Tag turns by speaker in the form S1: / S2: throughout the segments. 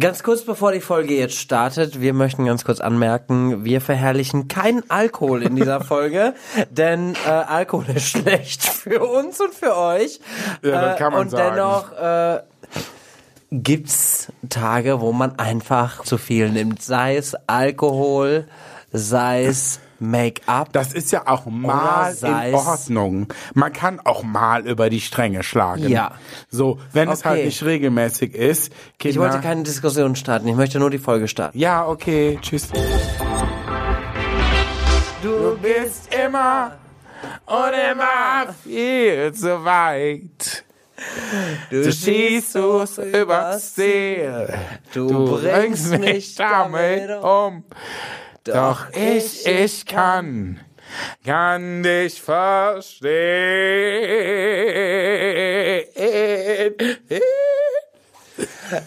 S1: Ganz kurz bevor die Folge jetzt startet, wir möchten ganz kurz anmerken, wir verherrlichen keinen Alkohol in dieser Folge, denn äh, Alkohol ist schlecht für uns und für euch.
S2: Ja, das kann man
S1: und
S2: sagen.
S1: dennoch äh, gibt's Tage, wo man einfach zu viel nimmt, sei es Alkohol, sei es Make-up.
S2: Das ist ja auch
S1: Oder
S2: mal
S1: sei's-
S2: in Ordnung. Man kann auch mal über die Stränge schlagen.
S1: Ja.
S2: So, wenn es
S1: Okay.
S2: halt nicht regelmäßig ist. Kinder,
S1: ich wollte keine Diskussion starten, ich möchte nur die Folge starten.
S2: ja, okay, tschüss. Du bist immer und immer viel zu weit. Du schießt es übers Ziel.
S1: Du,
S2: Du bringst mich damit um. Doch ich, ich kann, kann dich verstehen.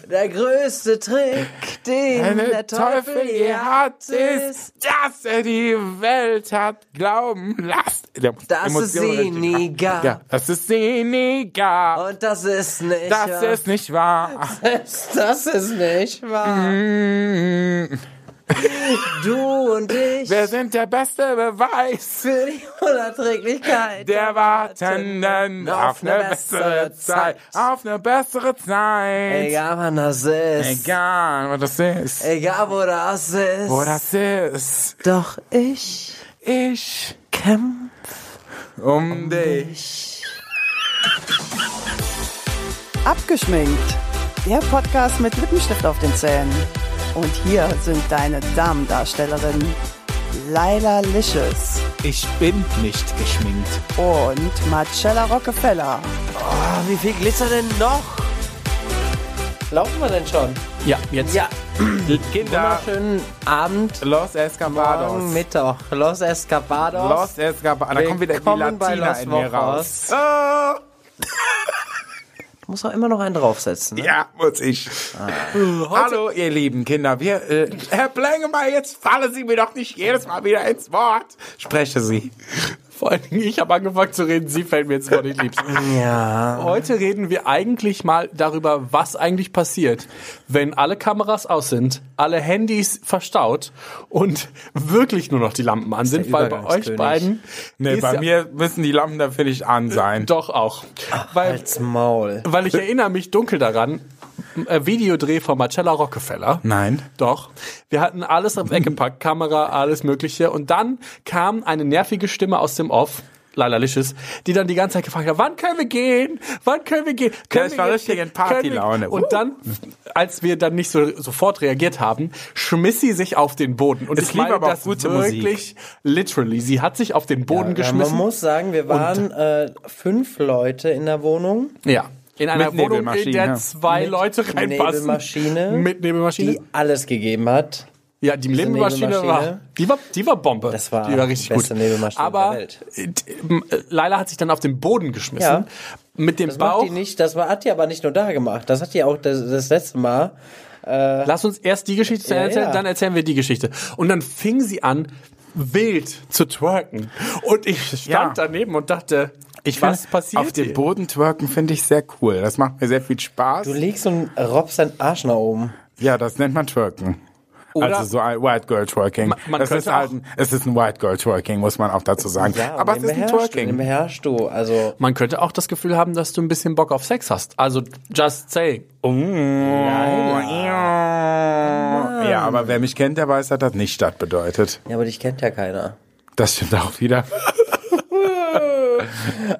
S1: Der größte Trick, den
S2: Wenn
S1: der Teufel je hat, ist,
S2: dass er die Welt hat glauben lassen. Der muss
S1: Dass es
S2: Emotionen
S1: sie
S2: richtig machen.
S1: nie gab.
S2: Ja, dass es sie nie gab.
S1: und das ist nicht
S2: Das
S1: wahr.
S2: ist nicht wahr.
S1: das ist nicht wahr. Du und ich
S2: Mm. Wir sind der beste Beweis.
S1: für die Unerträglichkeit.
S2: Der Wartenden auf eine bessere Zeit. Auf eine bessere Zeit.
S1: Egal wann das ist,
S2: Egal, was das ist.
S1: egal wo das ist,
S2: Wo das ist.
S1: doch ich
S2: Ich
S1: kämpfe.
S2: um dich.
S3: Abgeschminkt. Der Podcast mit Lippenstift auf den Zähnen. Und hier sind deine Damendarstellerinnen Laila Licious
S4: Ich bin nicht geschminkt.
S3: und Marcella Rockefeller.
S1: Oh, wie viel Glitzer denn noch? Laufen wir denn schon?
S4: Ja, jetzt.
S1: Ja,
S2: Kinder.
S1: schönen Abend.
S2: Los Escapados.
S1: Morgen Mittag. Los Escapados.
S2: Los Escapados. Da kommt wieder die
S1: Willkommen bei
S2: Latina
S1: Los
S2: in mir raus.
S1: Wochos.
S2: Oh,
S1: Muss auch immer noch einen draufsetzen. Ne?
S2: ja, muss ich. Hallo, ihr lieben Kinder. Wir, äh, Herr Blengemeyer, jetzt fallen Sie mir doch nicht jedes Mal wieder ins Wort. Spreche Sie.
S4: Vor allen Dingen, ich habe angefangen zu reden, sie fällt mir jetzt vor den Liebsten.
S1: Ja.
S4: Heute reden wir eigentlich mal darüber, was eigentlich passiert, wenn alle Kameras aus sind, alle Handys verstaut und wirklich nur noch die Lampen an sind,
S1: der
S4: weil bei
S1: Übergangskönig.
S4: euch beiden
S2: Nee,
S4: ist
S2: bei
S4: ja-
S2: mir müssen die Lampen dafür nicht an sein.
S4: doch auch. Weil,
S1: Als Maul.
S4: weil ich erinnere mich dunkel daran, äh, Videodreh von Marcella Rockefeller.
S2: Nein.
S4: Doch. Wir hatten alles weggepackt, Kamera, alles Mögliche. Und dann kam eine nervige Stimme aus dem Off. Lala Lisches, die dann die ganze Zeit gefragt hat, wann können wir gehen? Wann können wir gehen? Können
S2: ich
S4: wir
S2: war
S4: gehen?
S2: richtig in
S4: Können wir-
S2: Partylaune.
S4: Und
S2: Uh.
S4: dann, als wir dann nicht so, sofort reagiert haben, schmiss sie sich auf den Boden. Und
S2: Es
S4: ich
S2: lief
S4: meine
S2: aber auch
S4: das
S2: gute Musik.
S4: wirklich literally. Sie hat sich auf den Boden geschmissen.
S1: man muss sagen, wir waren äh, fünf Leute in der Wohnung,
S4: ja. In einer
S2: Mit
S4: Wohnung, in
S2: Nebelmaschine,
S4: der
S2: ja.
S4: zwei
S1: Mit
S4: Leute reinpassen.
S1: Nebelmaschine.
S4: Mit Nebelmaschine.
S1: die alles gegeben hat.
S4: Ja, die Nebelmaschine war,
S1: Nebelmaschine.
S4: die war, die war Bombe.
S1: Das war
S4: die war richtig
S1: die beste
S4: gut.
S1: Nebelmaschine
S4: Aber
S1: der Welt.
S4: äh, d- m- äh, Laila hat sich dann auf den Boden geschmissen.
S1: Ja.
S4: Mit dem
S1: Das macht
S4: Bauch.
S1: die Ne- nicht, das war, hat die aber nicht nur da gemacht. Das hat die auch das, das letzte Mal.
S4: Lass uns erst die Geschichte zu
S1: Ja,
S4: erzählen,
S1: ja.
S4: dann erzählen wir die Geschichte. Und dann fing sie an, wild zu twerken. Und ich stand
S2: Ja.
S4: daneben und dachte,
S2: Ich
S4: was
S2: find,
S4: passiert
S2: Auf dem
S4: hier?
S2: Boden twerken finde ich sehr cool. Das macht mir sehr viel Spaß.
S1: Du legst und robbst deinen Arsch nach oben.
S2: Ja, das nennt man twerken.
S4: Oder-
S2: also so ein White Girl Twerking.
S4: Ma- man
S2: das
S4: könnte
S2: ist halt ein, es ist ein White Girl Twerking, muss man auch dazu sagen.
S1: und
S2: Aber es
S1: den
S2: ist ein
S1: beherrschst du, Den
S2: Twerking.
S1: beherrschst du. Also,
S4: Man könnte auch das Gefühl haben, dass du ein bisschen Bock auf Sex hast. Also just say.
S2: Oh, Ja, aber wer mich kennt, der weiß, dass das nicht statt bedeutet.
S1: ja, aber dich kennt ja keiner.
S2: Das stimmt auch wieder.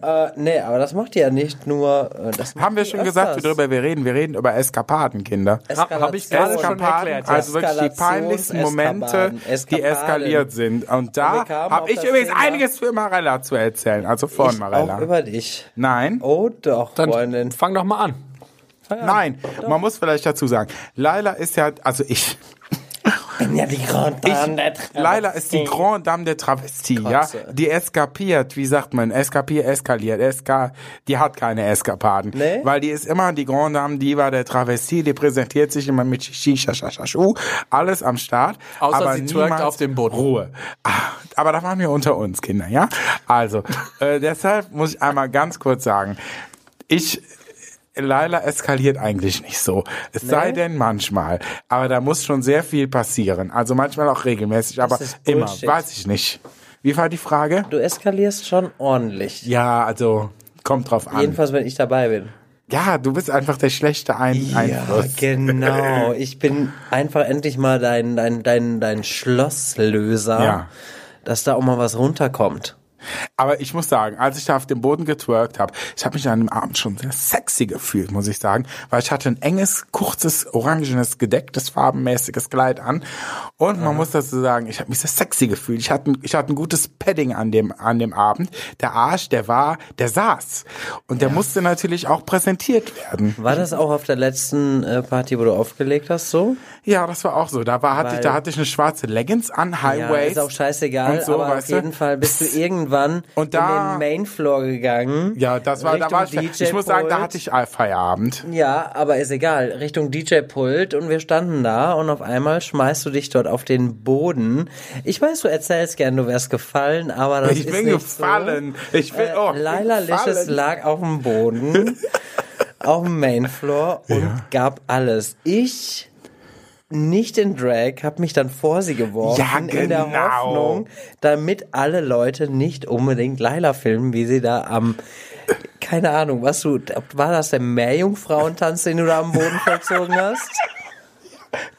S1: Äh, Nee, aber das macht die ja nicht nur. äh, Das
S2: Haben wir schon gesagt, worüber wir reden? Wir reden über Eskapaden, Kinder.
S4: Hab- hab ich gerade schon erklärt, ja.
S2: Also wirklich die peinlichsten Momente, die eskaliert sind. Und da
S1: Und wir kamen auf
S2: habe ich
S1: das
S2: übrigens
S1: Thema-
S2: einiges für Marella zu erzählen. Also von
S1: Ich auch
S2: Marella.
S1: über dich.
S2: Nein.
S1: Oh doch,
S4: Dann
S1: Freundin.
S4: fang doch mal an.
S2: Nein, man muss vielleicht dazu sagen, Laila ist ja, also ich,
S1: Ja, die Grand Dame der Hm. Tra-
S2: Laila ist die Grand Dame der Travestie, ja.
S1: Kotze.
S2: Die eskapiert, wie sagt man, eskapiert, eskaliert, eska, die hat keine Eskapaden.
S1: Nee?
S2: Weil die ist immer die Grand Dame Diva der Travestie, die präsentiert sich immer mit Shisha, Shashashu, alles am Start.
S4: Außer
S2: aber
S4: sie twerkt
S2: niemals
S4: auf dem Boden.
S2: Ruhe. Ah, Aber da waren wir unter uns, Kinder, ja. Also, äh, deshalb muss ich einmal ganz kurz sagen, ich Laila eskaliert eigentlich nicht so. Es sei denn manchmal. Aber da muss schon sehr viel passieren. Also manchmal auch regelmäßig, aber
S1: ist
S2: immer.
S1: Bullshit.
S2: Weiß ich nicht. Wie war die Frage?
S1: Du eskalierst schon ordentlich.
S2: Ja, also kommt drauf an.
S1: Jedenfalls, wenn ich dabei bin.
S2: Ja, du bist einfach der schlechte Ein Einfluss.
S1: genau. Ich bin einfach endlich mal dein, dein, dein, dein Schlosslöser,
S2: Ja.
S1: dass da auch mal was runterkommt.
S2: Aber ich muss sagen, als ich da auf dem Boden getwerkt habe, ich habe mich an dem Abend schon sehr sexy gefühlt, muss ich sagen, weil ich hatte ein enges, kurzes, orangenes, gedecktes, farbenmäßiges Kleid an. Und man muss dazu sagen, ich habe mich sehr sexy gefühlt. Ich hatte, ein- ich hatte ein gutes Padding an dem, an dem Abend. Der Arsch, der war, der saß. Und der musste natürlich auch präsentiert werden.
S1: War das auch auf der letzten äh, Party, wo du aufgelegt hast, so?
S2: Ja, das war auch so. Da, war, hatte,
S1: Weil-
S2: ich, da hatte ich eine schwarze Leggings an, High
S1: Ja,
S2: Waist.
S1: ist auch scheißegal,
S2: und so,
S1: aber auf
S2: weißt du?
S1: jeden Fall bist du irgendwann
S2: Und da-
S1: in den Mainfloor gegangen.
S2: Ja, das war, da war ich,
S1: Richtung
S2: ich muss sagen, da
S1: DJ-Pult.
S2: hatte ich Feierabend.
S1: Ja, aber ist egal. Richtung DJ-Pult und wir standen da und auf einmal schmeißt du dich dort auf den Boden. Ich weiß, du erzählst gern, du wärst gefallen, aber das
S2: Ich
S1: Also ist
S2: bin
S1: nicht
S2: gefallen.
S1: So. ne? Äh,
S2: Ich bin- oh, ich bin
S1: Laila Lisches
S2: gefallen.
S1: lag auf dem Boden, auf dem Mainfloor und gab alles. Ich nicht in Drag, hab mich dann vor sie geworfen,
S2: Ja,
S1: in der
S2: genau.
S1: Hoffnung, damit alle Leute nicht unbedingt Laila filmen, wie sie da am keine Ahnung, was du, war das der Meerjungfrauentanz, den du da am Boden vollzogen hast?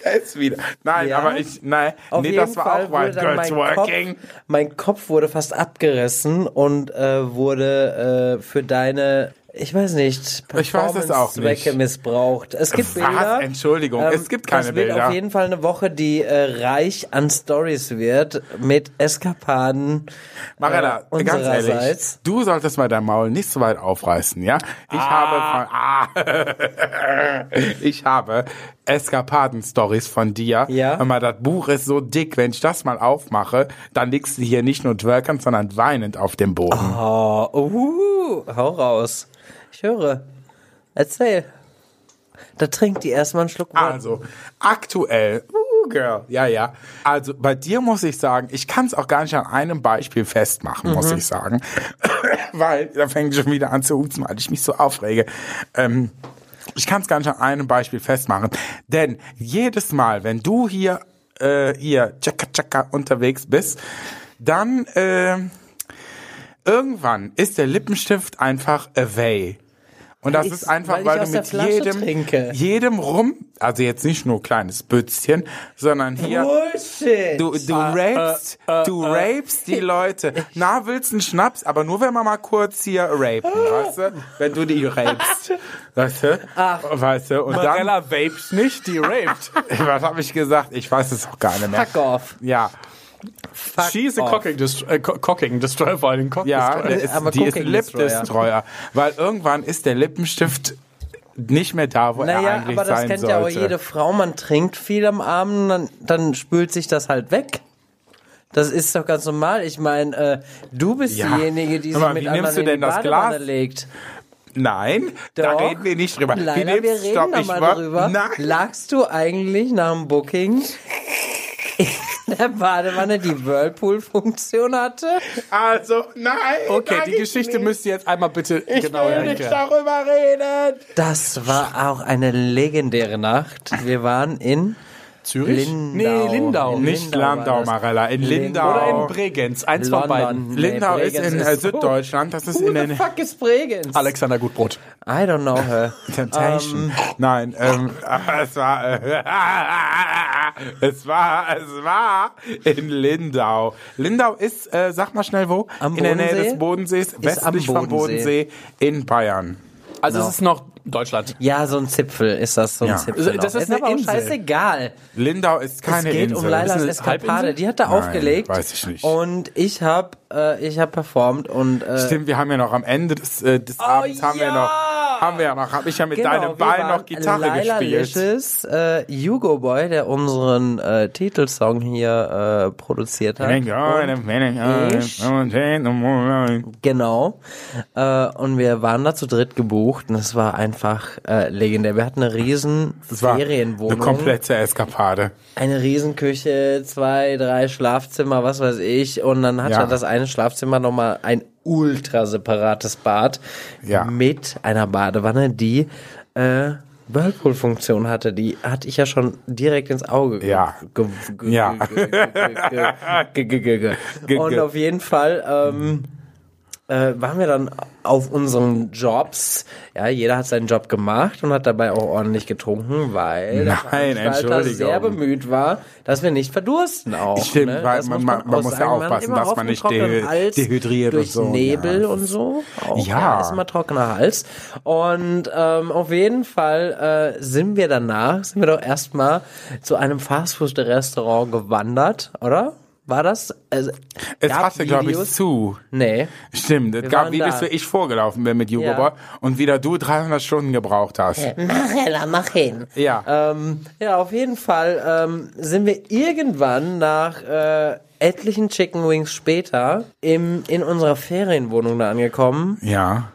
S2: Da ist wieder. Nein,
S1: Ja?
S2: aber ich, nein,
S1: Auf
S2: nee,
S1: jeden
S2: das war
S1: Fall
S2: auch
S1: wurde
S2: White
S1: dann
S2: Girls
S1: mein
S2: Working.
S1: Kopf, mein Kopf wurde fast abgerissen und äh, wurde äh, für deine, ich weiß nicht,
S2: Ich weiß es auch nicht.
S1: Performance-Zwecke missbraucht. Es gibt
S2: Was?
S1: Bilder.
S2: Entschuldigung, es gibt keine
S1: das wird
S2: Bilder.
S1: auf jeden Fall eine Woche, die äh, reich an Stories wird mit Eskapaden.
S2: Marella,
S1: äh,
S2: ganz ehrlich,
S1: unsererseits.
S2: du solltest mal dein Maul nicht so weit aufreißen, ja? Ich
S1: Ah.
S2: habe von, ah, ich habe Eskapaden-Stories von dir.
S1: Ja.
S2: Hör mal, das Buch ist so dick, wenn ich das mal aufmache, dann liegst du hier nicht nur twerkend, sondern weinend auf dem Boden.
S1: Oh, uhu, hau raus. Ich höre. Erzähl. Da trinkt die erstmal einen Schluck Wodka.
S2: Also, aktuell. Uh, Girl. Ja, ja. Also, bei dir muss ich sagen, ich kann es auch gar nicht an einem Beispiel festmachen,
S1: Mhm.
S2: muss ich sagen. Weil, da fängt schon wieder an zu hupen, weil ich mich so aufrege. Ähm, ich kann es gar nicht an einem Beispiel festmachen. Denn jedes Mal, wenn du hier, äh, hier, tschakka, tschakka, unterwegs bist, dann, ähm, irgendwann ist der Lippenstift einfach away. Und das
S1: Weil
S2: ist
S1: ich's-
S2: einfach,
S1: weil ich
S2: weil,
S1: aus
S2: du
S1: der
S2: mit
S1: Flasche
S2: jedem,
S1: trinke.
S2: jedem rum, also jetzt nicht nur kleines Bützchen, sondern hier.
S1: Bullshit.
S2: Du, du
S1: äh,
S2: rapst, du rapst die Leute. Na, willst einen Schnaps? Aber nur, wenn wir mal kurz hier rapen,
S1: Ah.
S2: weißt du? Wenn du die rapst, weißt du? Ach. Weißt du? Und dann,
S4: Marella vapes nicht, die raped.
S2: was habe ich gesagt? Ich weiß es auch gar nicht mehr.
S1: Fuck off.
S2: Ja,
S1: Fuck
S4: She's a
S1: off.
S4: cocking, dest äh, co- cocking destroyer, vor allem cock
S2: Ja,
S4: destroyer.
S2: der ist,
S1: Aber
S2: die ist ein
S1: Cooking Destroyer.
S2: Lippenstreuer. Weil irgendwann ist der Lippenstift nicht mehr da, wo er
S1: Naja,
S2: eigentlich
S1: aber das
S2: sein
S1: kennt
S2: sollte.
S1: ja auch jede Frau. Man trinkt viel am Abend, dann, dann spült sich das halt weg. Das ist doch ganz normal. Ich meine, äh, du bist
S2: Ja.
S1: diejenige, die
S2: Hör mal,
S1: sich mit
S2: wie
S1: anderen
S2: nimmst du
S1: in
S2: denn
S1: die
S2: das
S1: Badewanne
S2: Glas?
S1: legt.
S2: Nein, da
S1: Doch.
S2: reden wir nicht drüber. Wie
S1: Leider,
S2: nimmst-
S1: wir reden
S2: stopp,
S1: da
S2: ich
S1: mal
S2: war-
S1: drüber.
S2: Nein.
S1: Lagst du eigentlich nach dem Booking in der Badewanne, die Whirlpool-Funktion hatte?
S2: Also, nein.
S4: Okay,
S2: sag
S4: die
S2: ich
S4: Geschichte
S2: nicht.
S4: müsst ihr jetzt einmal bitte
S2: Ich
S4: genau
S2: will nicht
S4: erklären.
S2: darüber reden.
S1: Das war auch eine legendäre Nacht. Wir waren in
S4: Zürich?
S1: Lindau.
S4: Nee, Lindau.
S1: In
S2: Nicht
S1: Lindau war
S2: Landau,
S1: das.
S2: Marella. In Lindau.
S4: Oder in Bregenz, eins
S1: London.
S4: von beiden.
S1: Nee,
S2: Lindau ist
S1: Bregenz
S2: in äh,
S1: ist-
S2: Süddeutschland. Das ist
S1: Who
S2: in
S1: the
S2: den
S1: fuck is Bregenz?
S4: Alexander Gutbrot.
S1: I don't know her.
S2: Temptation. Nein, ähm, es war, äh, es war, es war in Lindau. Lindau ist, äh, sag mal schnell wo?
S1: Am
S2: in der Nähe
S1: Bodensee?
S2: des Bodensees, westlich
S1: am
S2: vom
S1: Bodensee.
S2: Bodensee in Bayern.
S4: Also
S1: No.
S4: es ist noch Deutschland.
S1: Ja, so ein Zipfel ist das, so ein
S2: Ja.
S1: Zipfel.
S4: Das ist
S1: noch.
S4: eine
S1: aber auch
S4: Insel.
S1: scheißegal.
S2: Lindau ist keine
S1: es geht
S2: Insel.
S1: um Lailas
S4: eine Halbinsel?
S1: Eskapade. Die hat da
S2: Nein,
S1: aufgelegt.
S2: weiß ich nicht.
S1: Und ich hab, äh, ich hab performt und äh, Oh
S2: Stimmt, wir haben ja noch am Ende des, äh, des Abends haben wir
S1: ja!
S2: noch, haben wir ja noch, hab ich ja mit
S1: Genau,
S2: deinem
S1: wir
S2: Bein
S1: waren
S2: noch Gitarre
S1: Laila
S2: gespielt.
S1: Licious, äh, Hugo Boy, der unseren äh, Titelsong hier äh, produziert hat.
S2: oh,
S1: ich- Genau. Äh, und wir waren da zu dritt gebucht und es war einfach äh, legendär. Wir hatten eine riesen
S2: Das war
S1: Ferienwohnung.
S2: eine komplette Eskapade.
S1: eine Riesenküche, zwei, drei Schlafzimmer, was weiß ich. Und dann hatte
S2: Ja.
S1: das eine Schlafzimmer nochmal ein ultra separates Bad
S2: Ja.
S1: mit einer Badewanne, die äh, Whirlpool-Funktion hatte, die hatte ich ja schon direkt ins Auge ge-
S2: Ja.
S1: ge- ge-
S2: Ja.
S1: ge- ge- ge- ge- ge- ge- Und auf jeden Fall ähm, äh, waren wir dann auf unseren Jobs. Ja, jeder hat seinen Job gemacht und hat dabei auch ordentlich getrunken, weil der
S2: Nein,
S1: Veranstalter
S2: Entschuldigung.
S1: sehr bemüht war, dass wir nicht verdursten auch.
S2: Stimmt,
S1: ne?
S2: weil
S1: Das
S2: man-
S1: auch
S2: man muss ja
S1: sagen.
S2: aufpassen,
S1: immer
S2: dass
S1: auf
S2: man
S1: dem
S2: nicht
S1: trockenen
S2: de-
S1: Hals
S2: dehydriert und
S1: durch
S2: so, ja.
S1: Nebel und so. Auch,
S2: Ja.
S1: Ist immer trockener Hals. Und ähm, auf jeden Fall äh, sind wir danach, sind wir doch erstmal zu einem Fastfood-Restaurant gewandert, oder? War das? Also,
S2: Es
S1: gab
S2: hatte, glaube ich,
S1: Videos?
S2: zu.
S1: Nee.
S2: Stimmt, es
S1: waren
S2: gab Videos,
S1: da.
S2: wo ich vorgelaufen bin mit Jugobot und wieder du 300 Stunden gebraucht hast.
S1: Mach hin, mach hin.
S2: Ja.
S1: Ähm, ja, auf jeden Fall ähm, sind wir irgendwann nach äh, etlichen Chicken Wings später im, in unserer Ferienwohnung da angekommen.
S2: Ja.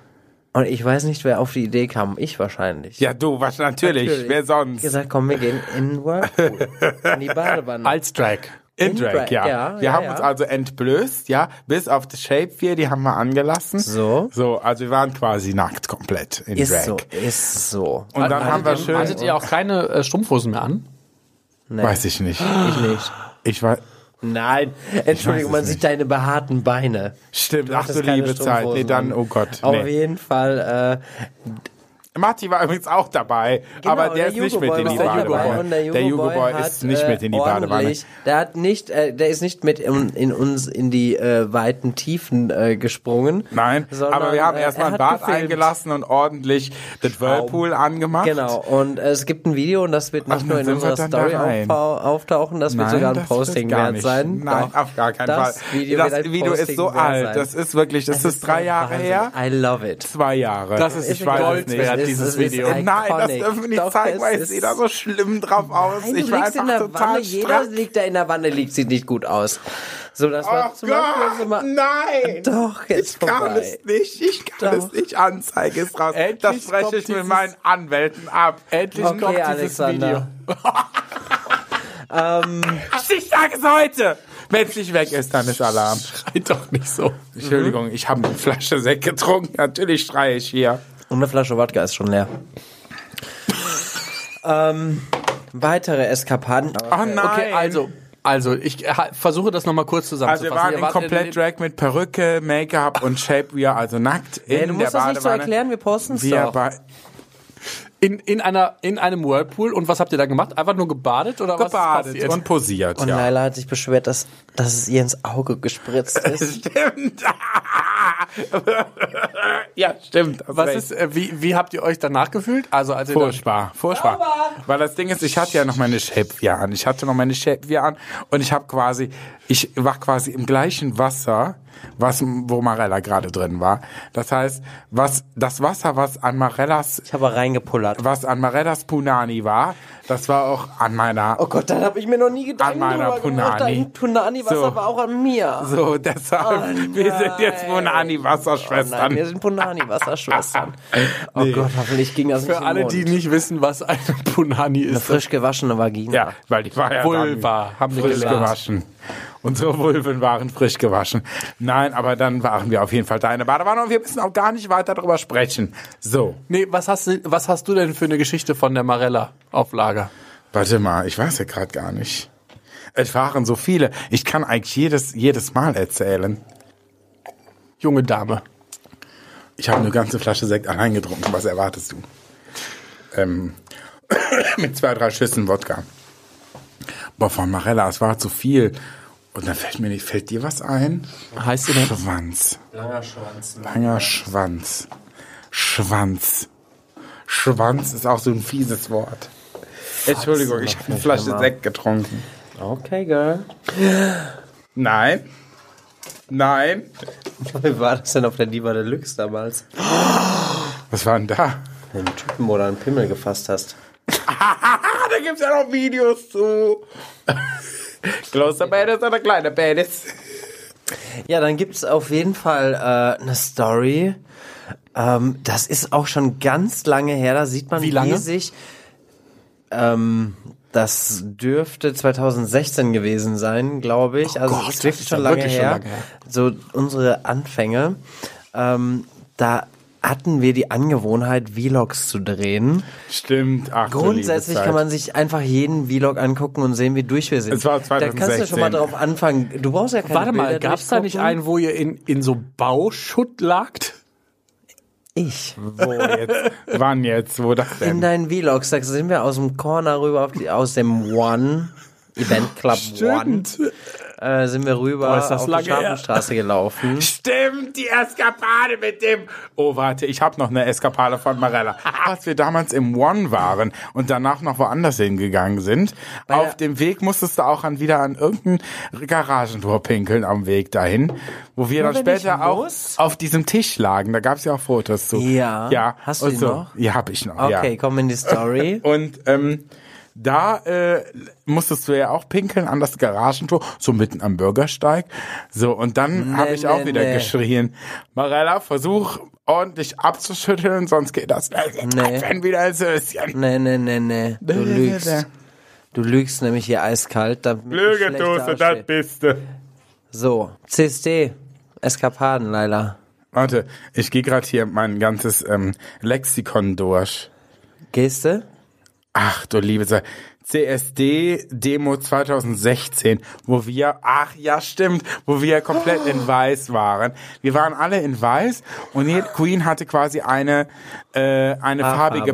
S1: Und ich weiß nicht, wer auf die Idee kam. Ich wahrscheinlich.
S2: Ja, du, was natürlich. Wer
S1: Ich
S2: sonst?
S1: gesagt, komm, wir gehen in Whirlpool. in die Badewanne.
S4: Als Drag.
S2: In
S1: Drag,
S2: Drag, ja.
S1: ja,
S2: Wir
S1: ja,
S2: haben
S1: ja.
S2: uns also entblößt, ja, bis auf das Shape 4, die haben wir angelassen.
S1: So.
S2: So, also wir waren quasi nackt komplett in
S1: ist
S2: Drag.
S1: so, Also ist so.
S2: Und dann haben wir schön.
S4: Hattet ihr auch keine äh, Strumpfhosen mehr an?
S2: Weiß ich nicht.
S1: Ich nicht.
S2: Ich war.
S1: Nein, Entschuldigung,
S2: es
S1: man sieht
S2: nicht.
S1: deine behaarten Beine.
S2: Stimmt, ach
S1: Das
S2: du
S1: ist keine
S2: liebe Zeit. Nee,
S1: Strumpfhosen,
S2: dann,
S1: Mann.
S2: oh Gott.
S1: Auf
S2: Nee.
S1: jeden Fall, äh,
S2: Marti war übrigens auch dabei,
S1: Genau,
S2: aber der, ist nicht
S1: Jugo
S2: mit
S1: Boy
S2: in die
S1: war dabei
S2: Badewanne.
S1: und Der Jugo, Boy, hat,
S2: ist nicht
S1: äh,
S2: mit in die Badewanne.
S1: ordentlich- Der hat nicht, äh, der ist nicht mit in, in uns in die äh, weiten Tiefen äh, gesprungen.
S2: Nein,
S1: sondern,
S2: aber wir haben
S1: äh, er
S2: erstmal ein
S1: hat
S2: Bad
S1: gefilmt.
S2: eingelassen und ordentlich das Whirlpool angemacht.
S1: Genau, und äh, es gibt ein Video und das wird nicht
S2: Ach,
S1: nur in
S2: dann sind wir
S1: unserer
S2: dann
S1: Story
S2: da rein.
S1: auftau- auftauchen, das wird
S2: Nein,
S1: sogar ein
S2: das wird
S1: Posting
S2: gar
S1: wert
S2: nicht.
S1: sein.
S2: Nein,
S1: Doch.
S2: auf gar keinen
S1: das
S2: Fall.
S1: Video
S2: das
S1: wird ein
S2: Video ist
S1: Posting
S2: so
S1: wert
S2: alt.
S1: Sein.
S2: Das ist wirklich, das,
S1: Es
S2: ist drei
S1: ein
S2: Jahre
S1: Wahnsinn.
S2: her.
S1: I love it.
S2: Zwei Jahre.
S4: Das ist
S2: ich
S4: nicht
S2: weiß es
S4: Gold
S2: nicht.
S4: wert,
S1: Es
S4: dieses
S1: ist-
S4: Video.
S1: es ist
S2: Nein, das
S1: iconic.
S2: dürfen wir nicht
S1: Doch,
S2: zeigen, weil es
S1: ist-
S2: sieht da so schlimm drauf aus.
S1: Nein,
S2: ich
S1: du
S2: war
S1: liegst
S2: einfach
S1: in der
S2: total
S1: Wanne. Jeder
S2: straff.
S1: liegt da in der Wanne, liegt sieht nicht gut aus. So, das
S2: Oh
S1: war zum Beispiel so
S2: Gott,
S1: mal.
S2: nein!
S1: Doch, jetzt
S2: Ich kann
S1: vorbei.
S2: es nicht, ich kann
S1: Doch.
S2: es nicht, Anzeige ist raus.
S4: Endlich
S2: das spreche
S4: kommt
S2: ich mit
S4: dieses-
S2: meinen Anwälten ab.
S4: Endlich
S2: Oh
S1: Okay,
S4: kommt dieses
S1: Alexander.
S2: Ich sage es heute! Wenn es nicht weg ist, dann ist Alarm.
S4: Video. Schrei doch nicht so.
S2: Entschuldigung, ich habe eine Flasche Sekt getrunken. Natürlich schreie ich hier.
S1: Und eine Flasche Wodka ist schon leer. ähm, weitere Eskapaden.
S2: Oh nein!
S4: Okay, also, also ich ha- versuche das nochmal kurz
S2: Also
S4: zusammenzufassen.
S2: wir waren
S4: Ihr
S2: in
S4: wart
S2: komplett Drag mit Perücke, Make-up und Shapewear, also nackt in
S1: Ey, du musst
S2: der
S1: das nicht so
S2: Badewanne.
S1: erklären, wir posten es
S2: Wir
S1: doch.
S2: war,
S4: in, in, einer, in einem Whirlpool. Und was habt ihr da gemacht? Einfach nur gebadet oder was ist
S2: gebadet
S4: passiert?
S2: und posiert.
S1: Und
S2: ja.
S1: Laila hat sich beschwert, dass, dass es ihr ins Auge gespritzt ist.
S2: Stimmt. ja, stimmt. hast
S4: was
S2: recht.
S4: ist, äh, wie, wie habt ihr euch danach gefühlt? Also, als ihr dann,
S2: Furchtbar, furchtbar. Weil das Ding ist, ich hatte ja noch meine Shapewear an. Ich hatte noch meine Shapewear an und ich habe quasi, ich war quasi im gleichen Wasser, was, wo Marella gerade drin war. Das heißt, was, das Wasser, was an Marellas,
S1: Ich habe reingepullert.
S2: was an Marellas Punani war, das war auch an meiner,
S1: Oh Gott, da habe ich mir noch nie Gedanken
S2: An meiner
S1: drüber gemacht.
S2: Punani.
S1: Dein Punani-Wasser
S2: So.
S1: war auch an mir.
S2: so, deshalb,
S4: Oh
S2: wir sind jetzt
S1: Nein, wir
S2: Punani-Wasserschwestern.
S1: sind Punani-Wasserschwestern. Oh Gott, hoffentlich ging das nicht
S4: für alle,
S1: in den
S4: die
S1: Mund.
S4: nicht wissen, was eine Punani
S1: Eine
S4: ist.
S1: frisch gewaschene Vagina.
S2: ja, weil die war ja
S4: Vulva,
S2: dann
S4: haben wir
S2: frisch
S4: gelernt.
S2: gewaschen. Unsere Vulven waren frisch gewaschen. Nein, aber dann waren wir auf jeden Fall da in der Badewanne und wir müssen auch gar nicht weiter darüber sprechen. So,
S4: Nee, was hast, du, was hast du denn für eine Geschichte von der Marella auf Lager?
S2: warte mal, ich weiß ja gerade gar nicht. Es waren so viele. Ich kann eigentlich jedes, jedes Mal erzählen.
S4: Junge Dame.
S2: Ich habe eine ganze Flasche Sekt allein getrunken. Was erwartest du? Ähm, mit zwei, drei Schüssen Wodka. Boah, von Marella, es war zu viel. Und dann fällt mir nicht, fällt dir was ein?
S4: Heißt sie denn?
S2: Schwanz.
S1: Langer Schwanz.
S2: Langer Schwanz. Schwanz. Schwanz ist auch so ein fieses Wort. Entschuldigung, ich habe eine Flasche Sekt getrunken.
S1: Okay, Girl.
S2: Nein. Nein.
S1: Wie war das denn auf der Diva Deluxe damals?
S2: Was war denn da?
S1: Wenn du einen Typen oder einen Pimmel gefasst hast.
S2: da gibt's ja noch Videos zu. Closer Penis oder kleiner Penis?
S1: Ja, dann gibt's auf jeden Fall äh, eine Story. Ähm, das ist auch schon ganz lange her. Da sieht man,
S4: Wie lange?
S1: sich. Ähm, das dürfte 2016 gewesen sein, glaube ich. also
S4: Gott,
S1: es ist
S4: das
S1: wirklich
S4: ist
S1: schon
S4: ja
S1: lange
S4: wirklich schon
S1: her.
S4: lange her.
S1: So unsere Anfänge. Ähm, da hatten wir die Angewohnheit, Vlogs zu drehen.
S2: Stimmt. Ach, du liebe
S1: Grundsätzlich
S2: Zeit.
S1: kann man sich einfach jeden Vlog angucken und sehen, wie durch wir sind.
S2: Es war
S1: da kannst du schon
S2: 2016.
S1: mal drauf anfangen. Du brauchst ja keine
S4: Warte mal,
S1: Bilder
S4: gab es da nicht
S1: durchgucken.
S4: einen, wo ihr in, in so Bauschutt lagt?
S1: Ich.
S2: Wo jetzt? Wann jetzt? Wo das
S1: In
S2: denn?
S1: deinen Vlogs, da sind wir aus dem Corner rüber, auf die, aus dem One, Event Club One, äh, sind wir rüber
S4: ist das
S1: auf
S4: lange
S1: die Schapenstraße gelaufen.
S2: Stimmt, die Eskapade mit dem. Oh, warte, ich habe noch eine Eskapade von Marella. Als wir damals im One waren und danach noch woanders hingegangen sind, auf dem Weg musstest du auch an, wieder an irgendein Garagentor pinkeln am Weg dahin, wo wir dann
S1: wenn ich
S2: später auch
S1: muss?
S2: auf diesem Tisch lagen. Da gab's ja auch Fotos zu.
S1: Ja.
S2: ja.
S1: Hast du
S2: und
S1: die noch?
S2: Ja, hab ich noch.
S1: Okay,
S2: Ja.
S1: komm in die Story.
S2: Und ähm, da äh, musstest du ja auch pinkeln an das Garagentor, so mitten am Bürgersteig. So, und dann habe ich auch
S1: nee,
S2: wieder
S1: nee.
S2: geschrien, Marella, versuch ordentlich abzuschütteln, sonst geht das
S1: Nee. Hm.
S2: wenn wieder ein Söschen.
S1: Nee, nee, nee, nee. ne, Du lügst. Du lügst nämlich hier eiskalt. damit ich
S2: Lüge,
S1: schlechter
S2: Dose,
S1: dastehe.
S2: das bist du.
S1: So, CSD. Eskapaden, Leila.
S2: Warte, ich gehe gerade hier mein ganzes ähm, Lexikon durch.
S1: Geste?
S2: Ach du liebe Zeit. CSD-Demo 2016, wo wir, ach ja, stimmt, wo wir komplett in weiß waren. Wir waren alle in weiß und je- Queen hatte quasi eine, äh, eine farbige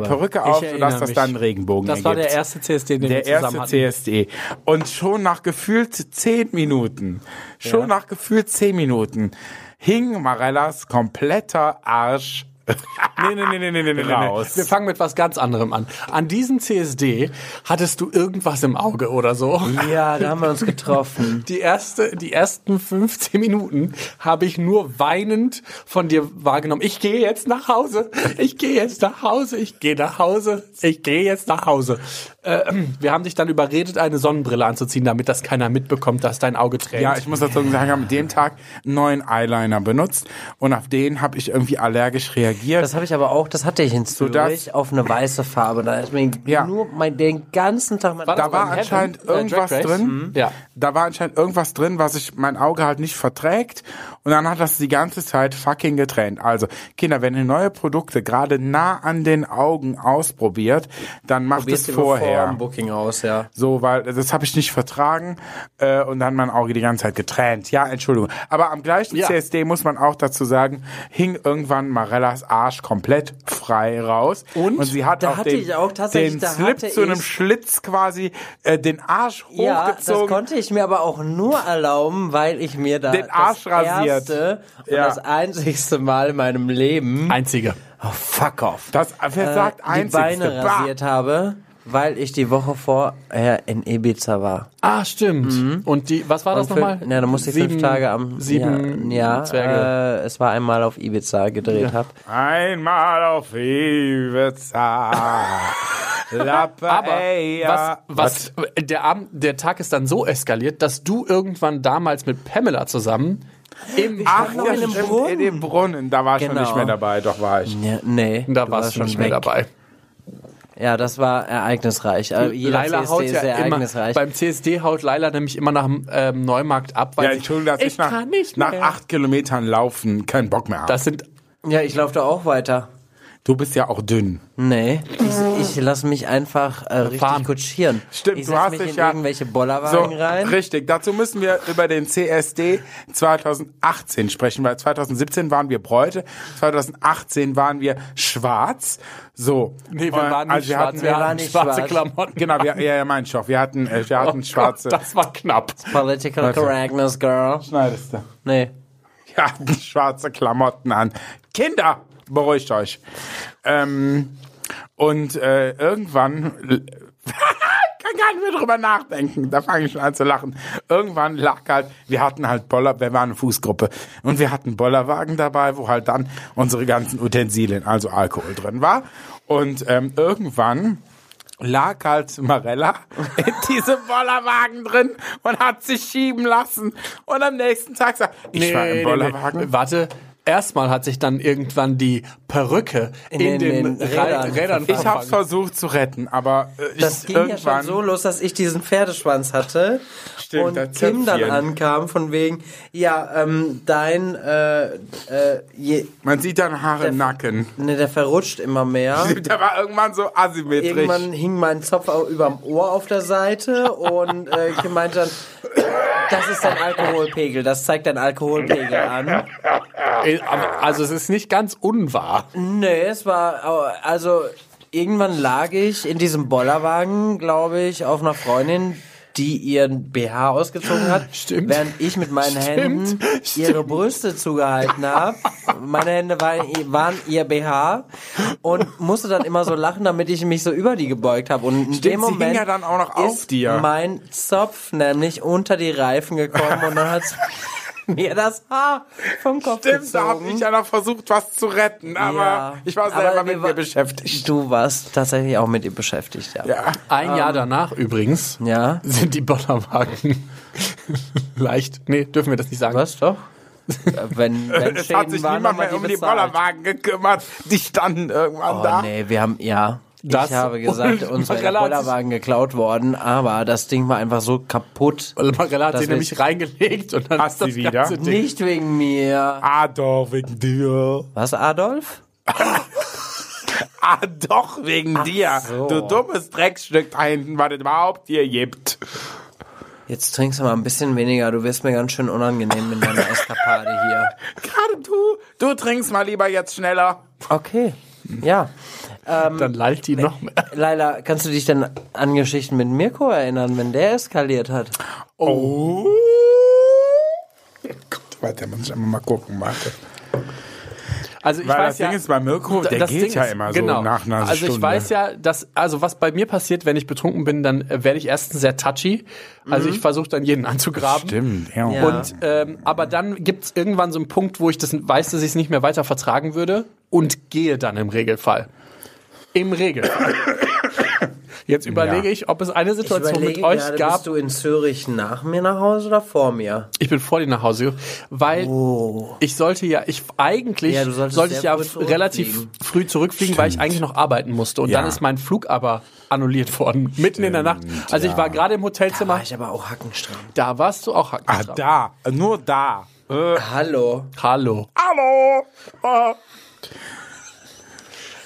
S1: Haarfarbe.
S2: Perücke
S4: Ich
S2: auf,
S4: erinnere
S2: sodass das
S4: mich.
S2: dann Regenbogen
S4: Das
S2: ergibt.
S4: war der erste CSD, den wir
S2: Der
S4: zusammen
S2: erste
S4: hatten.
S2: CSD. Und schon nach gefühlt zehn Minuten, schon nach gefühlt zehn Minuten, hing Marellas kompletter Arsch
S4: Nee, nee, nee, nee, nee, nee, nee, nee.
S2: Raus.
S4: Wir fangen mit was ganz anderem an. An diesem CSD hattest du irgendwas im Auge oder so.
S1: Ja, da haben wir uns getroffen.
S4: Die, erste, die ersten 15 Minuten habe ich nur weinend von dir wahrgenommen. Ich gehe jetzt nach Hause. Ich gehe jetzt nach Hause. Ich gehe nach Hause. Ich gehe jetzt nach Hause. Äh, wir haben dich dann überredet, eine Sonnenbrille anzuziehen, damit das keiner mitbekommt, dass dein Auge trägt.
S2: Ja, ich muss dazu sagen, ich habe an dem Tag einen neuen Eyeliner benutzt und auf den habe ich irgendwie allergisch reagiert.
S1: Das habe ich aber auch, das hatte ich in
S2: das-
S1: Zürich auf eine weiße Farbe. Da ist mir
S2: Ja.
S1: nur mein, den ganzen Tag mein
S2: da war anscheinend
S4: Heaven, äh,
S2: irgendwas
S4: Drag Race?
S2: drin.
S4: Mhm. Ja.
S2: Da war anscheinend irgendwas drin, was ich mein Auge halt nicht verträgt. Und dann hat das die ganze Zeit fucking getrennt. Also, Kinder, wenn ihr neue Produkte gerade nah an den Augen ausprobiert, dann macht es vorher.
S1: Vor Booking aus, ja.
S2: So, weil das habe ich nicht vertragen äh, und dann mein Auge die ganze Zeit getränt. Ja, Entschuldigung. Aber am gleichen
S4: Ja.
S2: CSD muss man auch dazu sagen, hing irgendwann Marellas Arsch komplett frei raus.
S4: Und?
S2: sie hat
S1: Da
S2: auch
S1: hatte
S2: den,
S1: ich auch tatsächlich-
S2: den
S1: da
S2: Slip
S1: hatte
S2: zu einem
S1: ich-
S2: Schlitz quasi äh, den Arsch
S1: Ja, das
S2: hochgezogen.
S1: konnte ich mir aber auch nur erlauben, weil ich mir da
S2: Den Arsch
S1: das
S2: rasiert.
S1: erste und
S2: Ja.
S1: das einzigste Mal in meinem Leben
S4: Einzige.
S1: oh, fuck off,
S2: Das, wer sagt
S1: Äh, die
S2: einzigste?
S1: Beine
S2: Bah!
S1: rasiert habe, weil ich die Woche vorher in Ibiza war.
S4: Ah, stimmt. Und die, was war das
S1: Fünf-
S4: nochmal?
S1: Mhm. Na, da musste ich fünf
S4: Sieben-
S1: Tage am
S4: sieben
S1: ja,
S4: Zwerge.
S1: ja äh, es war einmal auf Ibiza gedreht hab.
S2: Einmal auf Ibiza. La
S1: äh,
S4: Aber
S2: Paella.
S4: was, was, der Abend, der Tag ist dann so eskaliert, dass du irgendwann damals mit Pamela zusammen im
S2: Ach,
S1: glaub,
S2: ja,
S1: in einem
S2: stimmt,
S1: Brunnen.
S2: in dem Brunnen. Da war ich schon
S1: Genau.
S2: nicht mehr dabei, doch war ich.
S1: Ja, nee,
S4: da
S1: du
S4: warst du nicht mehr
S1: weg.
S4: dabei.
S1: Ja, das war ereignisreich. Äh, Jeder
S4: Laila
S1: CSD
S4: haut
S1: ist
S4: ja immer,
S1: ereignisreich.
S4: beim CSD haut Laila nämlich immer nach dem ähm, Neumarkt ab, weil
S2: Ja,
S4: sie-
S2: Entschuldigung, dass ich,
S4: ich
S2: nach,
S4: kann nicht
S2: nach
S4: mehr.
S2: acht Kilometern laufen keinen Bock mehr habe.
S4: das sind
S1: ja, ich laufe da auch weiter.
S2: Du bist ja auch dünn.
S1: Nee, ich, ich lasse mich einfach äh, richtig
S4: Fahren.
S1: kutschieren. ich setz mich in irgendwelche Bollerwagen
S2: so,
S1: rein.
S2: Richtig, dazu müssen wir über den CSD 2018 sprechen, weil 2017 waren wir Bräute, 2018 waren wir schwarz. So.
S4: Nee,
S2: Äh,
S4: wir waren nicht
S2: also wir
S4: schwarz,
S2: hatten,
S4: wir,
S1: waren
S4: hatten
S1: nicht
S4: schwarze
S1: schwarz.
S4: Klamotten. Oh
S2: Genau, wir, ja, ja, mein Schoff. Wir hatten, äh, wir hatten schwarze.
S4: Gott, das war knapp.
S1: Political
S2: Warte.
S1: correctness, girl.
S2: Schneidest du.
S1: Nee.
S2: Wir hatten schwarze Klamotten an. Kinder, beruhigt euch. Ähm, und äh, irgendwann. Ich kann gar nicht mehr drüber nachdenken. Da fange ich schon an zu lachen. Irgendwann lag halt, wir hatten halt Boller, wir waren eine Fußgruppe. Und wir hatten Bollerwagen dabei, wo halt dann unsere ganzen Utensilien, also Alkohol drin war. Und ähm, irgendwann lag halt Marella in diesem Bollerwagen drin und hat sich schieben lassen. Und am nächsten Tag sagt, ich war im Bollerwagen.
S4: Warte, erstmal hat sich dann irgendwann die Perücke in,
S1: In den-
S4: den,
S1: den
S4: Rä-
S1: Rädern.
S4: Rädern
S2: Ich hab's
S4: verfangen.
S2: versucht zu retten, aber äh, ich
S1: Das ging ja
S2: irgendwann
S1: schon so los, dass ich diesen Pferdeschwanz hatte
S2: Stimmt, das
S1: und Kim dann
S2: Zöpfchen.
S1: ankam von wegen, ja, ähm, dein, äh, äh, je,
S2: Man sieht dann Haare im Nacken.
S1: ne, der verrutscht immer mehr.
S2: Der war irgendwann so asymmetrisch.
S1: Irgendwann hing mein Zopf au- überm Ohr auf der Seite und äh, Kim meinte dann, das ist dein Alkoholpegel, das zeigt dein Alkoholpegel an.
S4: Äh, aber- Also es ist nicht ganz unwahr.
S1: Nee, es war, au- also irgendwann lag ich in diesem Bollerwagen, glaube ich, auf einer Freundin, die ihren BH ausgezogen hat,
S4: Stimmt.
S1: während ich mit meinen
S4: Stimmt.
S1: Händen ihre Brüste zugehalten habe. Meine Hände waren, waren ihr BH und musste dann immer so lachen, damit ich mich so über die gebeugt habe. Und in dem
S2: sie hing
S1: Moment
S2: ja dann auch noch auf
S1: ist
S2: dir.
S1: mein Zopf nämlich unter die Reifen gekommen und dann hat mir das Haar vom Kopf
S2: Stimmt, da
S1: gezogen.
S2: hab ich einer versucht, was zu retten, aber
S1: Ja.
S2: ich war
S1: Aber
S2: selber
S1: wir
S2: mit
S1: wa-
S2: mir beschäftigt.
S1: Du warst tatsächlich auch mit ihr beschäftigt, ja.
S2: Ja.
S4: Ein Jahr danach übrigens
S1: Ähm. Ja.
S4: sind die Bollerwagen leicht. Nee, dürfen wir das nicht sagen.
S1: Was doch? Äh, wenn, wenn
S2: Es
S1: Schäden
S2: hat sich
S1: waren,
S2: niemand
S1: haben wir
S2: mehr um die
S1: bezahlt.
S2: Bollerwagen gekümmert. Die standen irgendwann
S1: Oh,
S2: da.
S1: nee, wir haben, ja.
S4: Das
S1: ich habe gesagt,
S4: und
S1: uns wäre der
S4: Marella hat sich-
S1: Bollerwagen geklaut worden, aber das Ding war einfach so kaputt.
S4: Marella hat
S1: Das
S4: sie nämlich
S1: ist-
S4: reingelegt und dann
S2: Hast
S4: ist das
S2: sie wieder?
S4: ganze Ding.
S1: Nicht wegen mir.
S2: Ah, doch, wegen dir.
S1: Was, Adolf?
S2: Ah, doch, wegen dir.
S1: so.
S2: Du dummes Dreckstück da hinten, was es überhaupt hier gibt.
S1: Jetzt trinkst du mal ein bisschen weniger, du wirst mir ganz schön unangenehm mit deiner Eskapade hier.
S2: Gerade du, du trinkst mal lieber jetzt schneller.
S1: Okay, ja.
S4: Dann lallt die noch mehr.
S1: Leila, kannst du dich denn an Geschichten mit Mirko erinnern, wenn der eskaliert hat?
S2: Oh. Gott, warte, muss ich einfach mal gucken, warte.
S4: Also ich
S2: Weil
S4: weiß
S2: das
S4: ja,
S2: Ding ist bei Mirko,
S4: D-
S2: der
S4: das
S2: geht
S4: Ding
S2: ja
S4: ist-
S2: immer
S4: genau.
S2: so nach einer
S4: Also
S2: Stunde.
S4: ich weiß ja, dass also was bei mir passiert, wenn ich betrunken bin, dann äh, werde ich erstens sehr touchy. Also ich versuche dann jeden anzugraben.
S2: Stimmt, ja.
S1: Ja.
S4: Und ähm, aber dann gibt es irgendwann so einen Punkt, wo ich das weiß, dass ich es nicht mehr weiter vertragen würde und gehe dann im Regelfall. Im Regelfall. Jetzt überlege ich, ob es eine Situation mit euch
S1: gerade,
S4: gab.
S1: bist du in Zürich nach mir nach Hause oder vor mir?
S4: Ich bin vor dir nach Hause, weil ich sollte ja, ich eigentlich
S1: Oh. Ja, du solltest
S4: sollte ich
S1: sehr
S4: ja
S1: früh zurückfliegen.
S4: relativ früh zurückfliegen, weil ich eigentlich noch arbeiten musste. Und
S2: Ja.
S4: dann ist mein Flug aber annulliert worden, mitten in der Nacht. Also ich war gerade im Hotelzimmer,
S1: War ich aber auch hackenstramm.
S4: da warst du
S2: Ah,
S4: auch hackenstramm.
S2: da, nur da. Äh,
S1: Ah, Hallo.
S4: Hallo.
S2: hallo.
S1: Ah.
S2: Äh,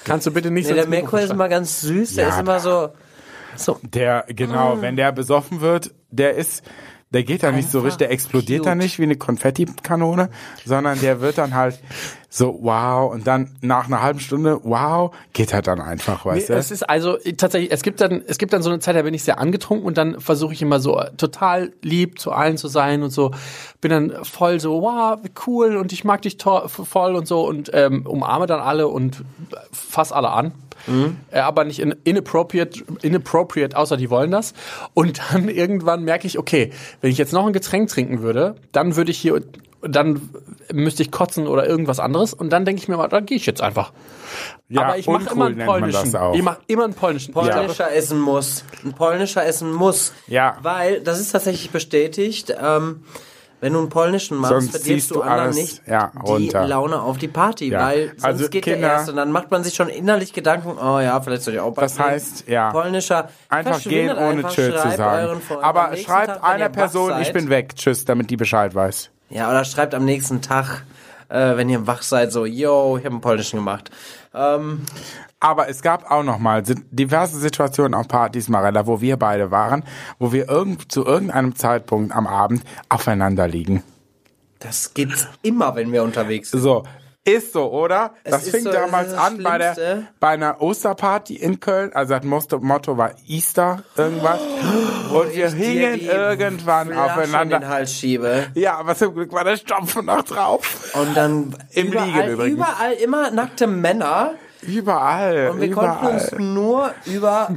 S4: Kannst du bitte nicht
S1: Nee,
S4: so
S1: der
S4: ins
S1: Mirko ist
S4: Mikrofon
S1: immer ganz süß, der
S2: Ja,
S1: ist immer so.
S2: Der, genau,
S1: Ah.
S2: wenn der besoffen wird, der ist, der geht dann nicht so richtig, der explodiert dann nicht wie eine Konfettikanone, sondern der wird dann halt so, wow, und dann nach einer halben Stunde, wow, geht er dann einfach, weißt
S4: Nee,
S2: du?
S4: Es ist also äh, tatsächlich, es gibt dann, es gibt dann so eine Zeit, da bin ich sehr angetrunken und dann versuche ich immer so äh, total lieb zu allen zu sein und so. Bin dann voll so, wow, wie cool und ich mag dich to- f- voll und so und ähm, umarme dann alle und äh, fass alle an.
S2: Mhm.
S4: Äh, aber nicht in, inappropriate, inappropriate, außer die wollen das. Und dann irgendwann merke ich, okay, wenn ich jetzt noch ein Getränk trinken würde, dann würde ich hier, dann müsste ich kotzen oder irgendwas anderes. Und dann denke ich mir mal, dann gehe ich jetzt einfach.
S2: Ja,
S4: aber ich mache
S2: uncool
S4: immer einen
S2: nennt man
S4: polnischen.
S2: das auch.
S4: Ich mache immer einen polnischen. Ich glaube,
S1: polnischer essen muss. Ein polnischer essen muss.
S2: Ja.
S1: Weil, das ist tatsächlich bestätigt, ähm, wenn du einen polnischen machst,
S2: Sonst
S1: verdirbst
S2: ziehst
S1: du
S2: du
S1: anderen
S2: alles,
S1: nicht
S2: ja, runter.
S1: die Laune auf die Party,
S2: Ja.
S1: weil sonst
S2: Also,
S1: geht
S2: Kinder-
S1: der erste und dann macht man sich schon innerlich Gedanken, oh ja, vielleicht soll ich auch
S2: Das
S1: passieren.
S2: heißt, ja.
S1: Polnischer
S2: Einfach gehen,
S1: verschwindet
S2: ohne
S1: einfach,
S2: Tschö zu
S1: schreibt
S2: sagen.
S1: euren Freunden. Am
S2: Aber
S1: nächsten
S2: schreibt
S1: Tag, wenn
S2: einer
S1: ihr wach
S2: Person, ich
S1: seid-
S2: bin weg, tschüss, damit die Bescheid weiß.
S1: Ja, oder schreibt am nächsten Tag, äh, wenn ihr wach seid, so, yo, ich habe einen polnischen gemacht. Ähm,
S2: Aber es gab auch nochmal diverse Situationen auf Partys, Marella, wo wir beide waren, wo wir irgend, zu irgendeinem Zeitpunkt am Abend aufeinander liegen.
S1: das gibt's immer, wenn wir unterwegs sind.
S2: So. Ist so, oder? das
S1: ist
S2: fing
S1: so, das
S2: damals
S1: ist das
S2: an bei, der,
S1: Schlimmste.
S2: bei einer Osterparty in Köln. Also das Motto, Motto war Easter irgendwas.
S1: Oh,
S2: Und wir hingen irgendwann
S1: In den
S2: aufeinander.
S1: Hals schiebe.
S2: Ja, aber zum Glück war der Stampfen noch drauf.
S1: Und dann
S2: Im
S1: überall,
S2: Liegen übrigens.
S1: überall immer nackte Männer
S2: Überall.
S1: und wir konnten
S2: überall.
S1: uns nur über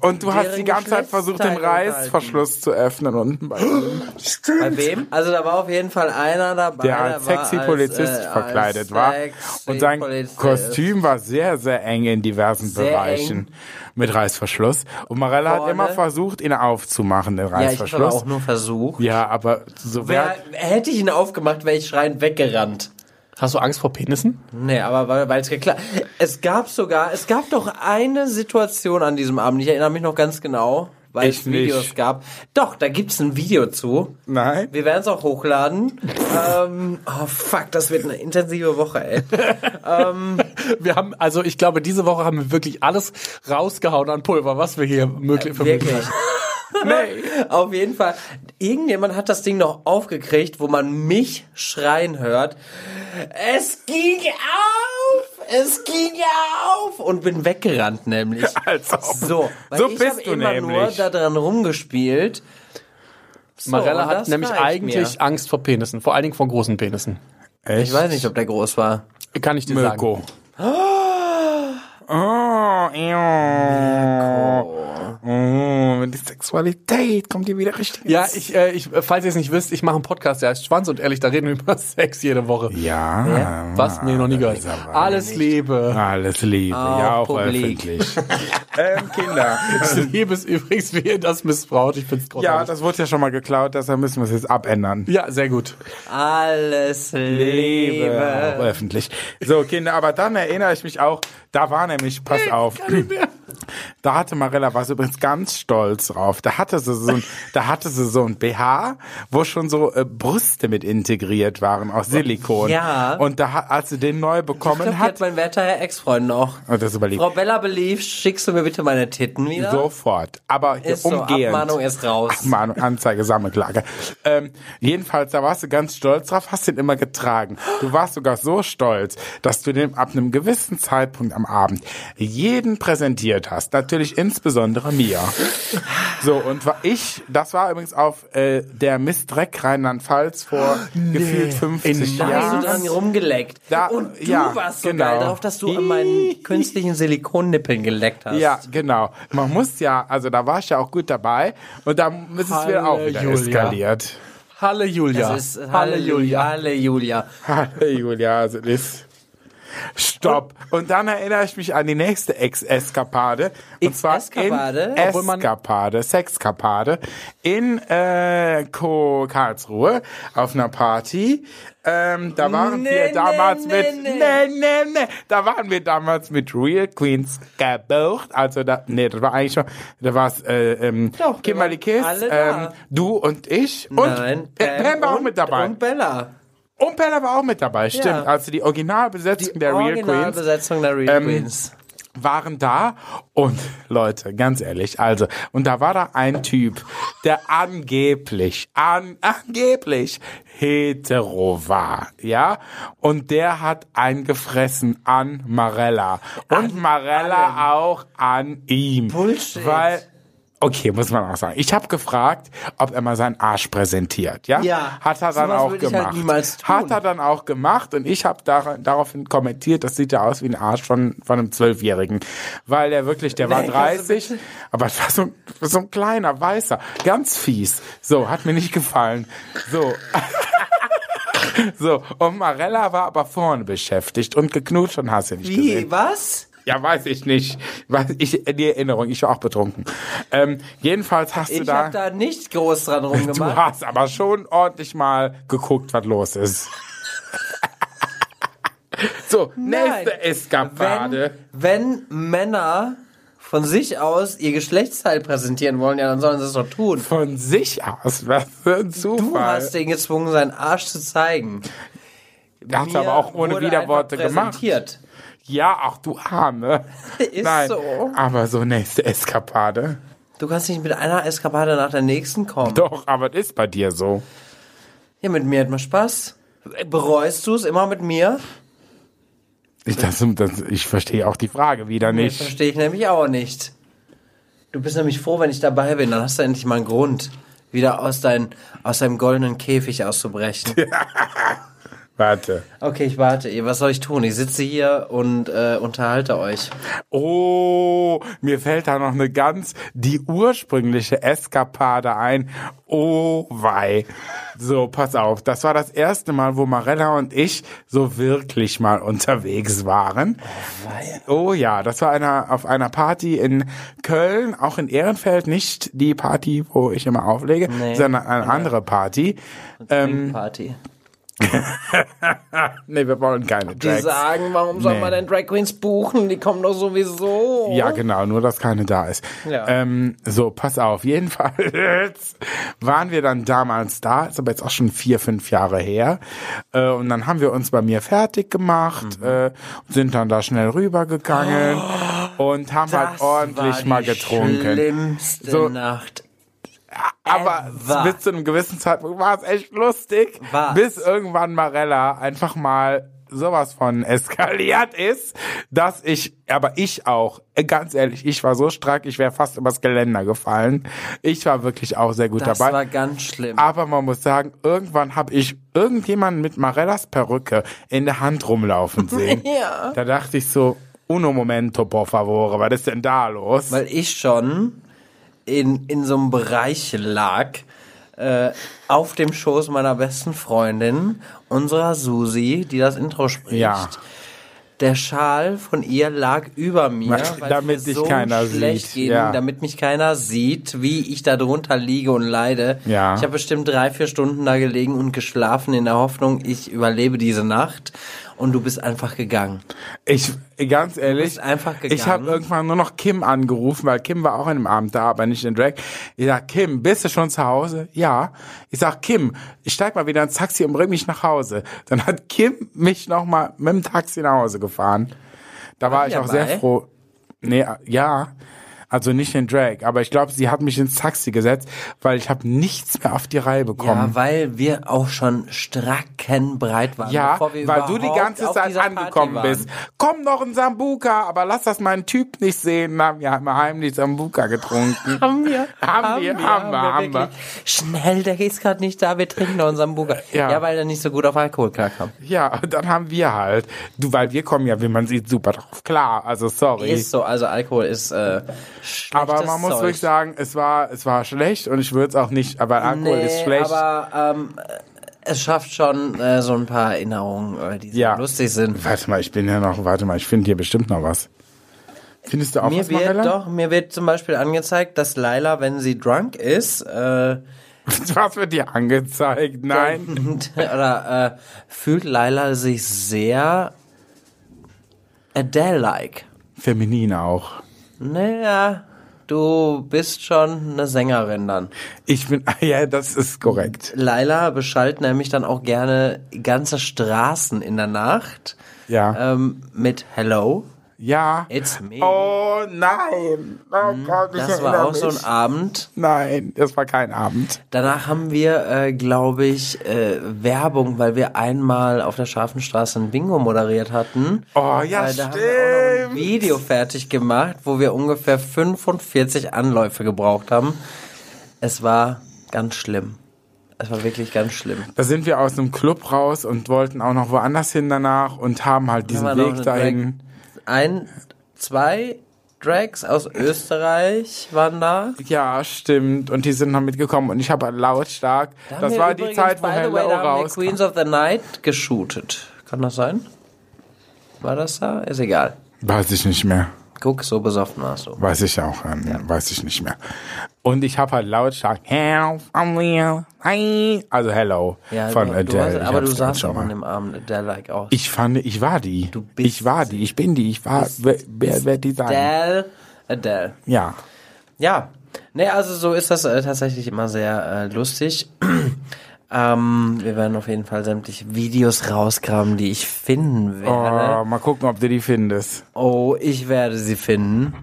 S2: Und du hast die
S1: deren
S2: ganze Zeit versucht, den
S1: Geschlechtsteile
S2: Reißverschluss zu öffnen unten bei
S1: bei wem? Also da war auf jeden Fall einer dabei,
S2: der als
S1: war
S2: sexy
S1: als,
S2: Polizist
S1: äh, als
S2: verkleidet war.
S1: sexy
S2: Und sein
S1: Polizist.
S2: Kostüm war sehr, sehr eng in diversen
S1: Sehr
S2: Bereichen mit Reißverschluss. Und Marella hat
S1: Vorne.
S2: immer versucht, ihn aufzumachen,
S1: Ja,
S2: den
S1: ich habe
S2: Reißverschluss.
S1: auch nur versucht.
S2: Ja, aber so wer,
S1: Wer, hätte ich ihn aufgemacht, wäre ich schreiend weggerannt.
S4: Hast du Angst vor Penissen?
S1: Nee, aber weil weil es geklappt. Es gab sogar, es gab doch eine Situation an diesem Abend. Ich erinnere mich noch ganz genau, weil
S2: Ich
S1: es Videos
S2: nicht.
S1: gab. Doch, da gibt's ein Video zu.
S2: Nein.
S1: Wir werden es auch hochladen. ähm, oh fuck, das wird eine intensive Woche, ey.
S4: Wir haben, also ich glaube, diese Woche haben wir wirklich alles rausgehauen an Pulver, was wir hier möglich für möglich
S1: Wirklich. Auf jeden Fall. Irgendjemand hat das Ding noch aufgekriegt, wo man mich schreien hört. Es ging auf! Es ging auf! Und bin weggerannt, nämlich.
S2: Als ob.
S1: So, weil
S2: So
S1: ich
S2: bist
S1: hab
S2: du
S1: immer nur
S2: nämlich.
S1: da dran rumgespielt. So,
S4: Marella
S1: und
S4: hat
S1: das
S4: nämlich
S1: reicht
S4: eigentlich
S1: Mir.
S4: Angst vor Penissen, vor allen Dingen vor großen Penissen.
S1: Ich weiß nicht, ob der groß war.
S4: Kann ich dir
S2: Mirko. Oh, ja. Oh, mit der Sexualität kommt ihr wieder richtig.
S4: sagen. Ja, ich, äh, ich, äh, falls ihr es nicht wisst, ich mache einen Podcast, der heißt Schwanz und ehrlich, da reden wir über Sex jede Woche.
S2: Ja.
S4: Was mir noch nie gehört. Alles Liebe.
S2: Alles Liebe, ja auch
S1: Publik.
S2: öffentlich. ähm, Kinder.
S4: Liebe ist übrigens wie das missbraucht. Ich find's
S2: Ja,
S4: großartig.
S2: das wurde ja schon mal geklaut, deshalb müssen wir es jetzt abändern.
S4: Ja, ja sehr gut.
S1: Alles Liebe.
S2: Auch öffentlich. So, Kinder, aber dann erinnere ich mich auch, da war nämlich, pass auf, da hatte Marilla, war sie übrigens ganz stolz drauf, da hatte sie so ein, da hatte sie so ein BH, wo schon so äh, Brüste mit integriert waren, aus Silikon.
S1: Ja.
S2: Und da, hat- als sie den neu
S1: Ich glaube,
S2: bekommen
S1: die
S2: hat,
S1: hat mein werter Herr Ex-Freund noch.
S2: oh, das überlegt,
S1: Frau Bella Belief, schickst du mir bitte meine Titten wieder?
S2: sofort, aber
S1: Ist so,
S2: umgehend.
S1: Abmahnung ist raus.
S2: Mahnung, Anzeige, Sammelklage. Ähm, jedenfalls, da warst du ganz stolz drauf, hast den immer getragen. Du warst sogar so stolz, dass du den ab einem gewissen Zeitpunkt am Abend jeden präsentiert hast. Natürlich insbesondere mir. So, und war ich, das war übrigens auf äh, der Mistreck Rheinland-Pfalz vor gefühlt 50
S1: Da hast
S2: Jahren.
S1: du dran rumgeleckt.
S2: Da-
S1: und du
S2: ja,
S1: warst so
S2: genau.
S1: geil drauf, dass du an meinen künstlichen Silikonnippeln geleckt hast.
S2: Ja, genau. Man muss ja, also da war ich ja auch gut dabei und da ist es wieder auch wieder
S4: Halleluja.
S2: eskaliert.
S4: Halle Julia.
S1: Das ist Halleluja. Halleluja.
S2: Julia, also das. Stopp. Und dann erinnere ich mich an die nächste Ex-Eskapade. Und zwar
S1: Ex-Eskapade?
S2: in
S4: Obwohl man-
S2: Eskapade, Sexkapade in äh, Ko Karlsruhe auf einer Party. Ähm, da waren
S1: Nee,
S2: wir
S1: nee,
S2: damals
S1: nee,
S2: mit
S1: nee.
S2: nee, nee, nee. Da waren wir damals mit Real Queens gebucht. Also da nee, das war eigentlich schon da war es äh, ähm,
S1: Doch, wir
S2: Kimberly
S1: waren
S2: Kiss,
S1: alle da.
S2: ähm, du und ich und
S1: Nein.
S2: äh, Pam war auch
S1: und-
S2: mit dabei.
S1: Und Bella.
S2: Und Perla war auch mit dabei, stimmt. Also die Originalbesetzung der Real Queens Ähm,
S1: Originalbesetzung der Real Queens.
S2: waren da. Und Leute, ganz ehrlich, also, und da war da ein Typ, der angeblich, an, angeblich hetero war, ja? Und der hat eingefressen an Marella. Und Marella auch an ihm.
S1: Bullshit.
S2: Weil Okay, muss man auch sagen. Ich habe gefragt, ob er mal seinen Arsch präsentiert, ja?
S1: Ja.
S2: Hat er dann
S1: Sowas
S2: auch
S1: würd ich
S2: gemacht.
S1: halt niemals tun.
S2: Hat er dann auch gemacht und ich habe dar daraufhin kommentiert, das sieht ja aus wie ein Arsch von, von einem Zwölfjährigen. Weil der wirklich, der war
S1: Nee, kannst du
S2: 30, aber es war so, so ein kleiner, weißer, ganz fies. So, hat mir nicht gefallen. So. so, und Marella war aber vorne beschäftigt und geknutscht und hast du nicht gesehen.
S1: Wie, was?
S2: Ja, weiß ich nicht. Weiß ich, die Erinnerung, ich war auch betrunken. Ähm, jedenfalls hast du
S1: Ich
S2: da,
S1: hab da nicht groß dran
S2: du
S1: rumgemacht.
S2: hast aber schon ordentlich mal geguckt, was los ist. so, nächste Eskapade.
S1: Wenn, wenn Männer von sich aus ihr Geschlechtsteil präsentieren wollen, ja, dann sollen sie es doch tun.
S2: Von sich aus, was für ein
S1: Du
S2: Zufall.
S1: hast den gezwungen, seinen Arsch zu zeigen.
S2: Der hat's aber auch ohne
S1: wurde
S2: Widerworte
S1: einfach
S2: gemacht.
S1: präsentiert.
S2: Ja, ach du Arme.
S1: Ist
S2: Nein,
S1: so.
S2: aber so nächste Eskapade.
S1: Du kannst nicht mit einer Eskapade nach der nächsten kommen.
S2: Doch, aber das ist bei dir so.
S1: Ja, mit mir hat man Spaß. Bereust du es immer mit mir?
S2: Ich, das, das, ich verstehe auch die Frage wieder
S1: Das
S2: nicht.
S1: verstehe ich nämlich auch nicht. Du bist nämlich froh, wenn ich dabei bin. Dann hast du endlich mal einen Grund, wieder aus, dein, aus deinem goldenen Käfig auszubrechen.
S2: Warte.
S1: Okay, ich warte. Ihr, Was soll ich tun? Ich sitze hier und äh, unterhalte euch.
S2: Oh, mir fällt da noch eine ganz die ursprüngliche Eskapade ein. Oh wei. So, pass auf, das war das erste Mal, wo Marella und ich so wirklich mal unterwegs waren. Oh ja, das war einer auf einer Party in Köln, auch in Ehrenfeld, nicht die Party, wo ich immer auflege,
S1: Nee.
S2: sondern eine andere Party.
S1: Ähm, Party.
S2: nee, wir wollen keine
S1: Die
S2: Drags.
S1: sagen, warum soll
S2: Nee.
S1: man denn Drag Queens buchen? Die kommen doch sowieso.
S2: Ja, genau, nur dass keine da ist.
S1: Ja.
S2: Ähm, so, pass auf, jedenfalls waren wir dann damals da, ist aber jetzt auch schon vier, fünf Jahre her. Äh, und dann haben wir uns bei mir fertig gemacht, äh, sind dann da schnell rübergegangen und haben halt ordentlich mal getrunken.
S1: Schlimmste
S2: So.
S1: Nacht.
S2: Aber
S1: ever.
S2: bis zu einem gewissen Zeitpunkt war es echt lustig,
S1: War's.
S2: bis irgendwann Marella einfach mal sowas von eskaliert ist, dass ich, aber ich auch, äh, ganz ehrlich, ich war so stark, ich wäre fast übers Geländer gefallen. Ich war wirklich auch sehr gut
S1: Das
S2: dabei. Ah,
S1: war ganz schlimm.
S2: Aber man muss sagen, irgendwann habe ich irgendjemanden mit Marellas Perücke in der Hand rumlaufen sehen.
S1: Ja.
S2: Da dachte ich so, uno momento, por favore, was ist denn da los?
S1: Weil ich schon in, in so einem Bereich lag, äh, auf dem Schoß meiner besten Freundin, unserer Susi, die das Intro spricht.
S2: Ja.
S1: Der Schal von ihr lag über mir,
S2: Was-
S1: weil
S2: damit
S1: es mir
S2: dich
S1: so
S2: keiner
S1: schlecht
S2: sieht,
S1: ging,
S2: ja.
S1: damit mich keiner sieht, wie ich da drunter liege und leide.
S2: Ja.
S1: Ich habe bestimmt drei, vier Stunden da gelegen und geschlafen in der Hoffnung, ich überlebe diese Nacht. Und du bist einfach gegangen.
S2: Ich, ganz ehrlich,
S1: bist einfach
S2: ich habe
S1: gegangen.
S2: irgendwann nur noch Kim angerufen, weil Kim war auch an dem Abend da, aber nicht in Drag. Ich sag, Kim, bist du schon zu Hause? Ja. Ich sag, Kim, ich steig mal wieder ins Taxi und bring mich nach Hause. Dann hat Kim mich nochmal mit dem Taxi nach Hause gefahren. Da war
S1: die
S2: ich auch
S1: dabei?
S2: sehr froh. Nee, äh, ja. Also nicht in Drag, aber ich glaube, sie hat mich ins Taxi gesetzt, weil ich habe nichts mehr auf die Reihe bekommen.
S1: Ja, weil wir auch schon strackenbreit waren.
S2: Ja,
S1: bevor wir
S2: weil du die
S1: überhaupt
S2: ganze
S1: auf
S2: Zeit
S1: dieser
S2: angekommen
S1: Party waren.
S2: bist. Komm noch ein Sambuka, aber lass das meinen Typ nicht sehen. Dann haben wir immer heimlich Sambuka getrunken.
S1: Haben wir,
S2: Haben wir, haben wir, haben wir.
S1: wirklich. Schnell, der ist gerade nicht da, wir trinken noch unseren Burger.
S2: Ja.
S1: Ja. weil er nicht so gut auf Alkohol klarkam.
S2: ja, und dann haben wir halt, du, weil wir kommen ja, wie man sieht, super drauf. Klar, also sorry.
S1: Ist so, also Alkohol ist äh, schlechtes
S2: aber man muss
S1: Zeug.
S2: wirklich sagen, es war, es war schlecht und ich würde es auch nicht, aber Alkohol
S1: Nee,
S2: ist schlecht.
S1: aber ähm, es schafft schon äh, so ein paar Erinnerungen, äh, die
S2: Ja.
S1: so lustig sind.
S2: Warte mal, ich bin ja noch, warte mal, ich finde hier bestimmt noch was. Findest du auch
S1: Mir
S2: was,
S1: wird
S2: Marella?
S1: doch, mir wird zum Beispiel angezeigt, dass Laila, wenn sie drunk ist, äh,
S2: Was wird dir angezeigt? Nein.
S1: oder äh, fühlt Laila sich sehr Adele-like.
S2: Feminin auch.
S1: Naja, du bist schon eine Sängerin dann.
S2: Ich bin, ja, das ist korrekt.
S1: Laila beschallt nämlich dann auch gerne ganze Straßen in der Nacht
S2: Ja.
S1: ähm, mit Hello,
S2: ja.
S1: it's me.
S2: Oh nein. Oh Gott, ich
S1: äh, Hm, das war
S2: erinnere
S1: auch so ein
S2: mich.
S1: Abend.
S2: Nein, das war kein Abend.
S1: Danach haben wir, äh, glaube ich, äh, Werbung, weil wir einmal auf der Scharfenstraße ein Bingo moderiert hatten.
S2: Oh ja,
S1: Äh, da haben wir auch noch ein
S2: stimmt.
S1: Video fertig gemacht, wo wir ungefähr 45 Anläufe gebraucht haben. Es war ganz schlimm. Es war wirklich ganz schlimm.
S2: Da sind wir aus einem Club raus und wollten auch noch woanders hin danach und haben halt diesen
S1: Haben wir noch eine
S2: Weg dahin.
S1: Drag ein, zwei Drags aus Österreich waren da.
S2: Ja, stimmt. Und die sind noch mitgekommen und ich habe lautstark.
S1: Da haben
S2: das
S1: wir
S2: war die
S1: übrigens,
S2: Zeit, wo
S1: by the way,
S2: Hello
S1: da haben
S2: raus.
S1: wir Queens of the Night geshootet. Kann das sein? War das da? Ist egal.
S2: Weiß ich nicht mehr.
S1: Guck, so besoffen warst du.
S2: Weiß ich auch, ähm, weiß ich nicht mehr. Und ich habe halt lautstark Hello from real. Hi. Also Hello von
S1: du,
S2: Adele.
S1: Du warst,
S2: Ich
S1: aber
S2: hab's
S1: du
S2: gerade
S1: sahst auch an dem Abend oh, Adele-like aus.
S2: Ich fand, ich war die.
S1: Du bist
S2: ich war die, ich bin die, ich war, wer, wer, wer die sein?
S1: Adele, Adele.
S2: Ja.
S1: Ja. Nee, also so ist das äh, tatsächlich immer sehr äh, lustig. ähm, wir werden auf jeden Fall sämtliche Videos rausgraben, die ich finden werde.
S2: Oh, mal gucken, ob du die findest.
S1: Oh, ich werde sie finden.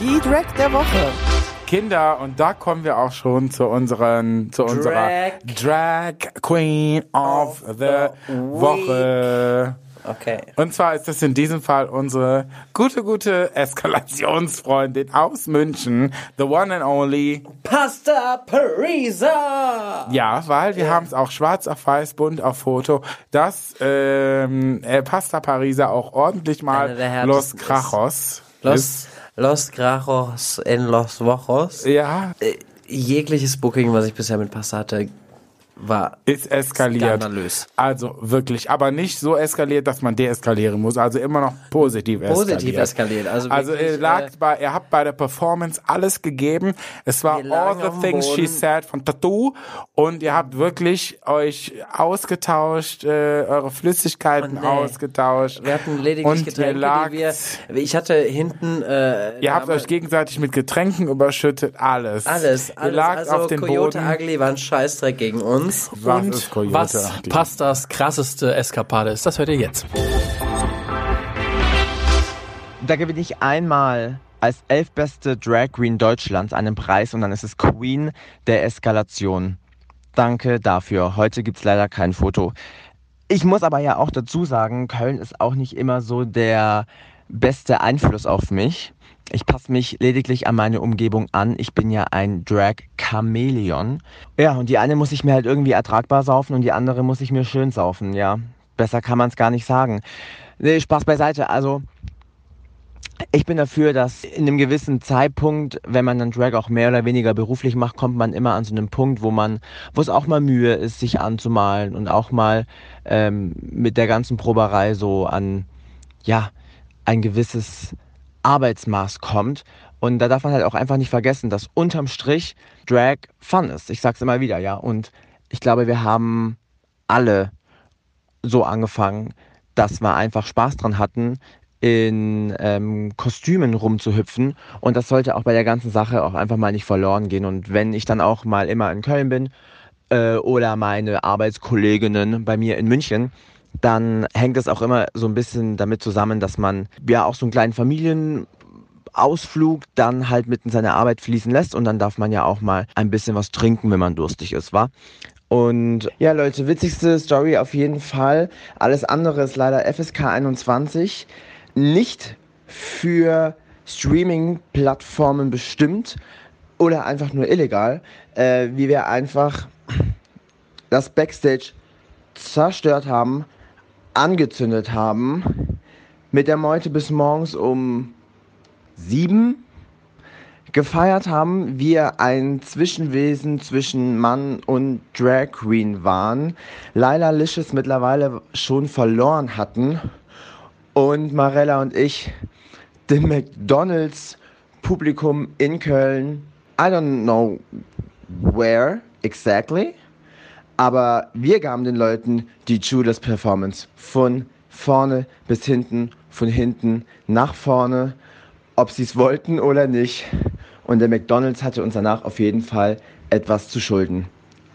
S3: Die Drag der Woche.
S2: Kinder, und da kommen wir auch schon zu unseren, zu unserer Drag Queen of the Woche.
S1: Okay.
S2: Und zwar ist das in diesem Fall unsere gute, gute Eskalationsfreundin aus München, the one and only.
S1: Pasta Parisa!
S2: Ja, weil wir haben es auch schwarz auf weiß, bunt auf Foto, dass ähm, äh, Pasta Pariser auch ordentlich mal
S1: Einer der härtesten
S2: Los
S1: ist.
S2: Crachos
S1: Los, Los Grajos en Los Vojos.
S2: Ja,
S1: Jegliches Booking, was ich bisher mit Pasta hatte, war
S2: Ist eskaliert.
S1: Skandalös.
S2: Also wirklich, aber nicht so eskaliert, dass man deeskalieren muss. Also immer noch positiv eskaliert.
S1: Positiv eskaliert, also
S2: also
S1: wirklich,
S2: ihr lag
S1: äh,
S2: bei, ihr habt bei der Performance alles gegeben. Es war
S1: Wir
S2: All
S1: lagen
S2: the
S1: auf dem
S2: Things She
S1: Boden.
S2: Said von Tattoo und ihr habt wirklich euch ausgetauscht, äh, eure Flüssigkeiten
S1: Oh, nee.
S2: ausgetauscht.
S1: Wir hatten
S2: und
S1: lediglich
S2: ihr
S1: Getränke,
S2: lagt-
S1: die wir. Ich hatte hinten. Äh,
S2: Ihr habt
S1: da-
S2: euch gegenseitig mit Getränken überschüttet, alles.
S1: alles,
S2: Ihr
S1: alles.
S2: lagt
S1: also
S2: auf den
S1: Coyote
S2: Boden.
S1: Ugly war ein Scheißdreck gegen uns.
S2: Was
S4: Und
S2: ist Coyote
S4: was
S2: Ugly?
S4: Pastas krasseste Eskapade ist, das hört ihr jetzt.
S5: Da gewinne ich einmal als elfbeste Drag Queen Deutschlands einen Preis und dann ist es Queen der Eskalation. Danke dafür. Heute gibt es leider kein Foto. Ich muss aber ja auch dazu sagen, Köln ist auch nicht immer so der beste Einfluss auf mich. Ich passe mich lediglich an meine Umgebung an. Ich bin ja ein Drag-Chamäleon. Ja, und die eine muss ich mir halt irgendwie ertragbar saufen und die andere muss ich mir schön saufen, ja. Besser kann man es gar nicht sagen. Nee, Spaß beiseite. Also, ich bin dafür, dass in einem gewissen Zeitpunkt, wenn man dann Drag auch mehr oder weniger beruflich macht, kommt man immer an so einen Punkt, wo man, wo es auch mal Mühe ist, sich anzumalen und auch mal ähm, mit der ganzen Proberei so an, ja, ein gewisses Arbeitsmaß kommt. Und da darf man halt auch einfach nicht vergessen, dass unterm Strich Drag Fun ist. Ich sag's immer wieder, ja. Und ich glaube, wir haben alle so angefangen, dass wir einfach Spaß dran hatten, in ähm, Kostümen rumzuhüpfen. Und das sollte auch bei der ganzen Sache auch einfach mal nicht verloren gehen. Und wenn ich dann auch mal immer in Köln bin äh, oder meine Arbeitskolleginnen bei mir in München, dann hängt das auch immer so ein bisschen damit zusammen, dass man ja auch so einen kleinen Familien, Ausflug dann halt mit in seine Arbeit fließen lässt und dann darf man ja auch mal ein bisschen was trinken, wenn man durstig ist, wa? Und ja, Leute, witzigste Story auf jeden Fall. Alles andere ist leider FSK 21 nicht für Streaming-Plattformen bestimmt oder einfach nur illegal, äh, wie wir einfach das Backstage zerstört haben, angezündet haben, mit der Meute bis morgens um sieben gefeiert haben, wir ein Zwischenwesen zwischen Mann und Drag Queen waren, Laila Licious mittlerweile schon verloren hatten und Marella und ich dem McDonalds Publikum in Köln, I don't know where exactly, aber wir gaben den Leuten die Judas Performance von vorne bis hinten, von hinten nach vorne ob sie es wollten oder nicht. Und der McDonald's hatte uns danach auf jeden Fall etwas zu schulden.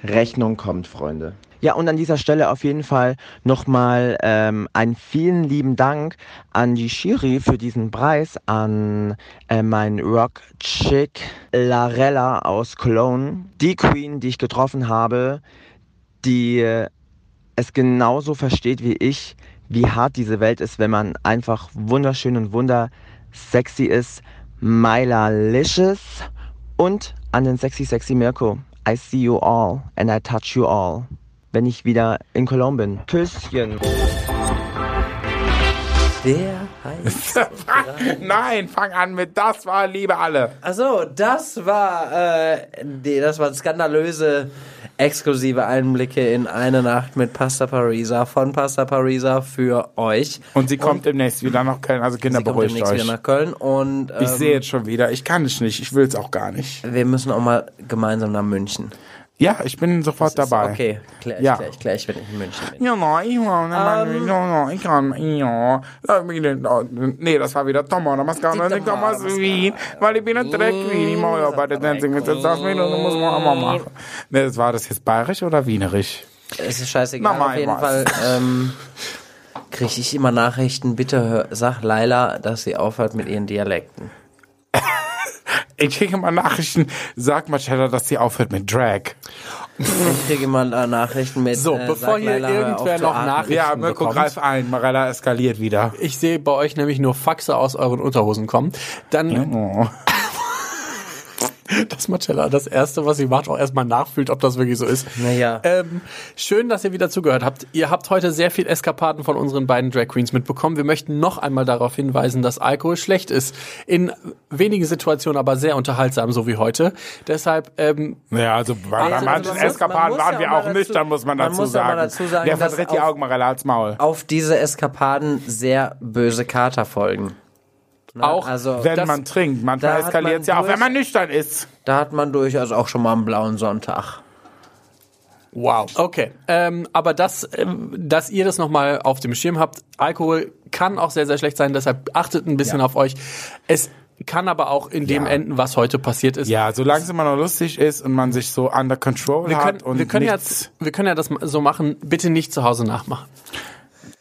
S5: Rechnung kommt, Freunde. Ja, und an dieser Stelle auf jeden Fall nochmal ähm, einen vielen lieben Dank an die Shiri für diesen Preis, an äh, meinen Rock Chick Larella aus Cologne, die Queen, die ich getroffen habe, die äh, es genauso versteht wie ich, wie hart diese Welt ist, wenn man einfach wunderschön und wundersexy ist. Myla Licious und an den sexy, sexy Mirko. I see you all and I touch you all. Wenn ich wieder in Cologne bin. Küsschen.
S1: Der heißt.
S2: Nein, fang an mit das war Liebe alle.
S1: Achso, das war. Äh, nee, das waren skandalöse, exklusive Einblicke in eine Nacht mit Pasta Parisa von Pasta Parisa für euch.
S2: Und sie kommt demnächst wieder nach Köln, also Kinder
S1: Sie kommt
S2: beruhigt
S1: demnächst
S2: euch.
S1: wieder nach Köln und
S2: ich
S1: ähm,
S2: sehe jetzt schon wieder, ich kann es nicht, ich will es auch gar nicht.
S1: wir müssen auch mal gemeinsam nach München.
S2: Ja, ich bin sofort dabei.
S1: Okay, klär ich
S2: Ja.
S1: gleich, klär ich, wenn ich in München bin.
S2: Ja, nein, ich war-
S1: Ähm.
S2: nein, nein, ich kann, ja. Lass mich nicht- Nee, das war wieder Tom oder Mascara,
S1: Die
S2: nicht Thomas
S1: Tomate
S2: Wien, weil ich bin ein Dreck Wien, ich mache ja bei der Dancing with the Stars mit und das muss man auch mal machen. Nee, das war das jetzt bayerisch oder wienerisch?
S1: Es ist scheißegal,
S2: Na,
S1: auf jeden Fall
S2: mal.
S1: ähm, kriege ich immer Nachrichten, bitte hör, sag Laila, dass sie aufhört mit ihren Dialekten.
S2: Ich kriege immer Nachrichten, sag Marcella, dass sie aufhört mit Drag.
S1: Ich kriege immer äh, Nachrichten mit.
S4: So,
S1: äh,
S4: bevor
S1: sag
S4: hier
S1: Laila, hör auf
S4: irgendwer
S1: zu
S4: noch
S1: atmen.
S4: Nachrichten
S2: Ja, Mirko,
S4: bekommt,
S2: greif ein, Marella eskaliert wieder.
S4: ich sehe bei euch nämlich nur Faxe aus euren Unterhosen kommen, dann
S2: Oh.
S4: dass Marcella das Erste, was sie macht, auch erstmal nachfühlt, ob das wirklich so ist.
S1: Naja.
S4: Ähm, schön, dass ihr wieder zugehört habt. Ihr habt heute sehr viel Eskapaden von unseren beiden Drag Queens mitbekommen. Wir möchten noch einmal darauf hinweisen, dass Alkohol schlecht ist. In wenigen Situationen aber sehr unterhaltsam, so wie heute. Deshalb, ähm,
S2: Ja, also bei
S1: Also,
S2: manchen
S1: man muss- man
S2: Eskapaden
S1: muss
S2: waren
S1: ja
S2: wir
S1: auch
S2: auch
S1: mal dazu-
S2: nüchtern, muss man
S1: man
S2: dazu
S1: muss ja
S2: sagen.
S1: mal dazu sagen,
S2: Der
S1: dass
S2: verdreht die
S1: auf-
S2: Augenmarella als Maul.
S1: Auf diese Eskapaden sehr böse Kater folgen. Ne?
S4: Auch
S1: also
S2: Wenn
S4: das-
S2: man trinkt, manchmal
S1: da hat
S2: eskaliert es ja
S1: man
S2: auch, wenn
S1: durch-
S2: man nüchtern ist.
S1: da hat man durchaus auch schon mal einen blauen Sonntag.
S4: Wow. Okay. Ähm, aber das, ähm, dass ihr das nochmal auf dem Schirm habt, Alkohol kann auch sehr, sehr schlecht sein, deshalb achtet ein bisschen auf euch. Es kann aber auch in dem
S2: Ja.
S4: enden, was heute passiert ist.
S2: Ja, solange es immer noch lustig ist und man sich so under control
S4: Wir können,
S2: hat und
S4: wir, können ja,
S2: nichts,
S4: wir können ja das ma- so machen, bitte nicht zu Hause nachmachen.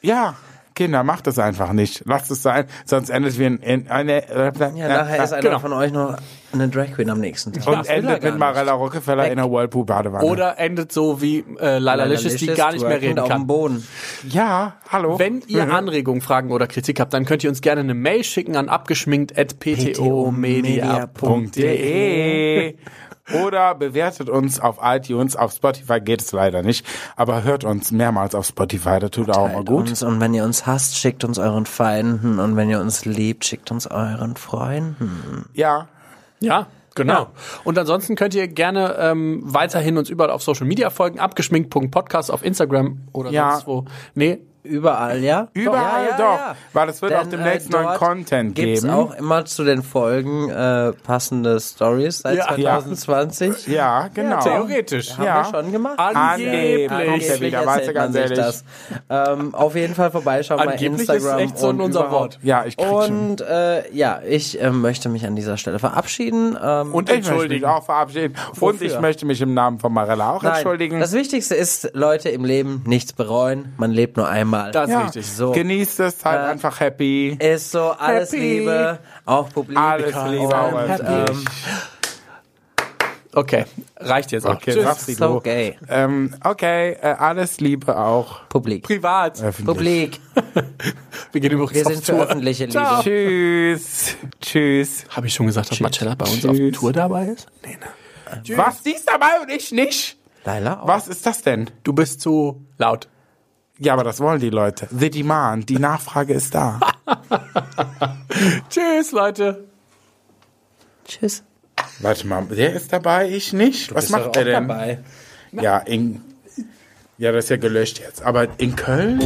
S2: ja, Kinder, macht das einfach nicht. Lasst es sein, sonst endet wir in, in eine äh,
S1: Ja, nachher ist einer
S4: genau.
S1: von euch noch eine Drag Queen am nächsten Tag.
S2: und
S4: will er
S2: endet
S4: gar
S2: mit Marella Rockefeller in der Whirlpool Badewanne.
S4: Oder endet so wie äh, Lala Licious, die gar nicht mehr
S1: twerkend
S4: reden
S1: auf dem
S4: kann.
S1: Boden.
S2: ja, hallo.
S4: Wenn ihr Anregungen, Fragen oder Kritik habt, dann könnt ihr uns gerne eine Mail schicken an abgeschminkt.ptomedia.
S2: www.podcast.de. Oder bewertet uns auf iTunes, auf Spotify geht es leider nicht, aber hört uns mehrmals auf Spotify, das tut auch mal
S1: Teilt
S2: Oh, gut.
S1: Uns, und wenn ihr uns hasst, schickt uns euren Feinden. Und wenn ihr uns liebt, schickt uns euren Freunden.
S2: Ja,
S4: Ja, genau. Und ansonsten könnt ihr gerne ähm, weiterhin uns überall auf Social Media folgen. Abgeschminkt.podcast auf Instagram oder
S2: Ja.
S4: sonst wo. Nee,
S1: Überall, ja?
S2: Überall
S1: ja, ja,
S2: doch,
S1: ja.
S2: weil es wird
S1: Denn,
S2: auch demnächst
S1: äh,
S2: neuen
S1: dort
S2: Content
S1: gibt's
S2: geben.
S1: auch immer zu den Folgen äh, passende Stories seit
S4: Ja.
S1: 2020.
S2: ja, genau.
S4: theoretisch.
S1: Haben
S2: Ja.
S1: wir schon gemacht.
S2: Angeblich.
S1: Angeblich
S2: Ja, wieder, weißt du,
S1: erzählt man
S2: ganz
S1: sich
S2: ehrlich.
S1: das. Ähm, auf jeden Fall vorbeischauen bei
S4: Angeblich ist
S1: Instagram.
S4: echt so
S1: und
S4: unser
S1: überhaupt.
S4: Wort.
S2: Ja, ich krieg schon.
S1: Und äh, ja, ich äh, möchte mich an dieser Stelle verabschieden. Ähm,
S2: Und ich möchte mich auch verabschieden. Und
S1: Wofür?
S2: ich möchte mich im Namen von Marella auch
S1: Nein,
S2: entschuldigen.
S1: Das Wichtigste ist, Leute im Leben nichts bereuen. Man lebt nur einmal.
S4: Das ist
S2: ja.
S4: richtig.
S1: so. Äh,
S2: Genießt es, seid einfach happy.
S1: ist so, alles
S4: Happy.
S1: Liebe, auch Publik.
S2: Alles Liebe, auch
S1: Und,
S2: happy.
S1: ähm,
S4: Okay, reicht jetzt auch.
S2: Okay,
S4: Tschüss.
S2: sag's nicht.
S1: so gay.
S2: Ähm, okay, äh, alles Liebe auch.
S1: Publik.
S4: Privat.
S2: Öffentlich.
S1: Publik.
S4: Wir gehen übrigens
S1: Wir
S4: auf
S1: sind für
S4: Tour.
S1: öffentliche Liebe.
S4: Ciao.
S2: Tschüss. Tschüss.
S4: Habe ich schon gesagt, dass Marcella bei uns
S2: Tschüss.
S4: auf Tour dabei ist? Nee, ne?
S2: Was? Die ist dabei und ich nicht?
S1: Leila auch.
S2: Was ist das denn?
S4: Du bist zu laut.
S2: Ja, aber das wollen die Leute. The demand, die Nachfrage ist da.
S4: Tschüss, Leute.
S1: Tschüss.
S2: Warte mal, der ist dabei, ich nicht? Was macht der denn? Ja, in, ja, das ist ja gelöscht jetzt. Aber in Köln?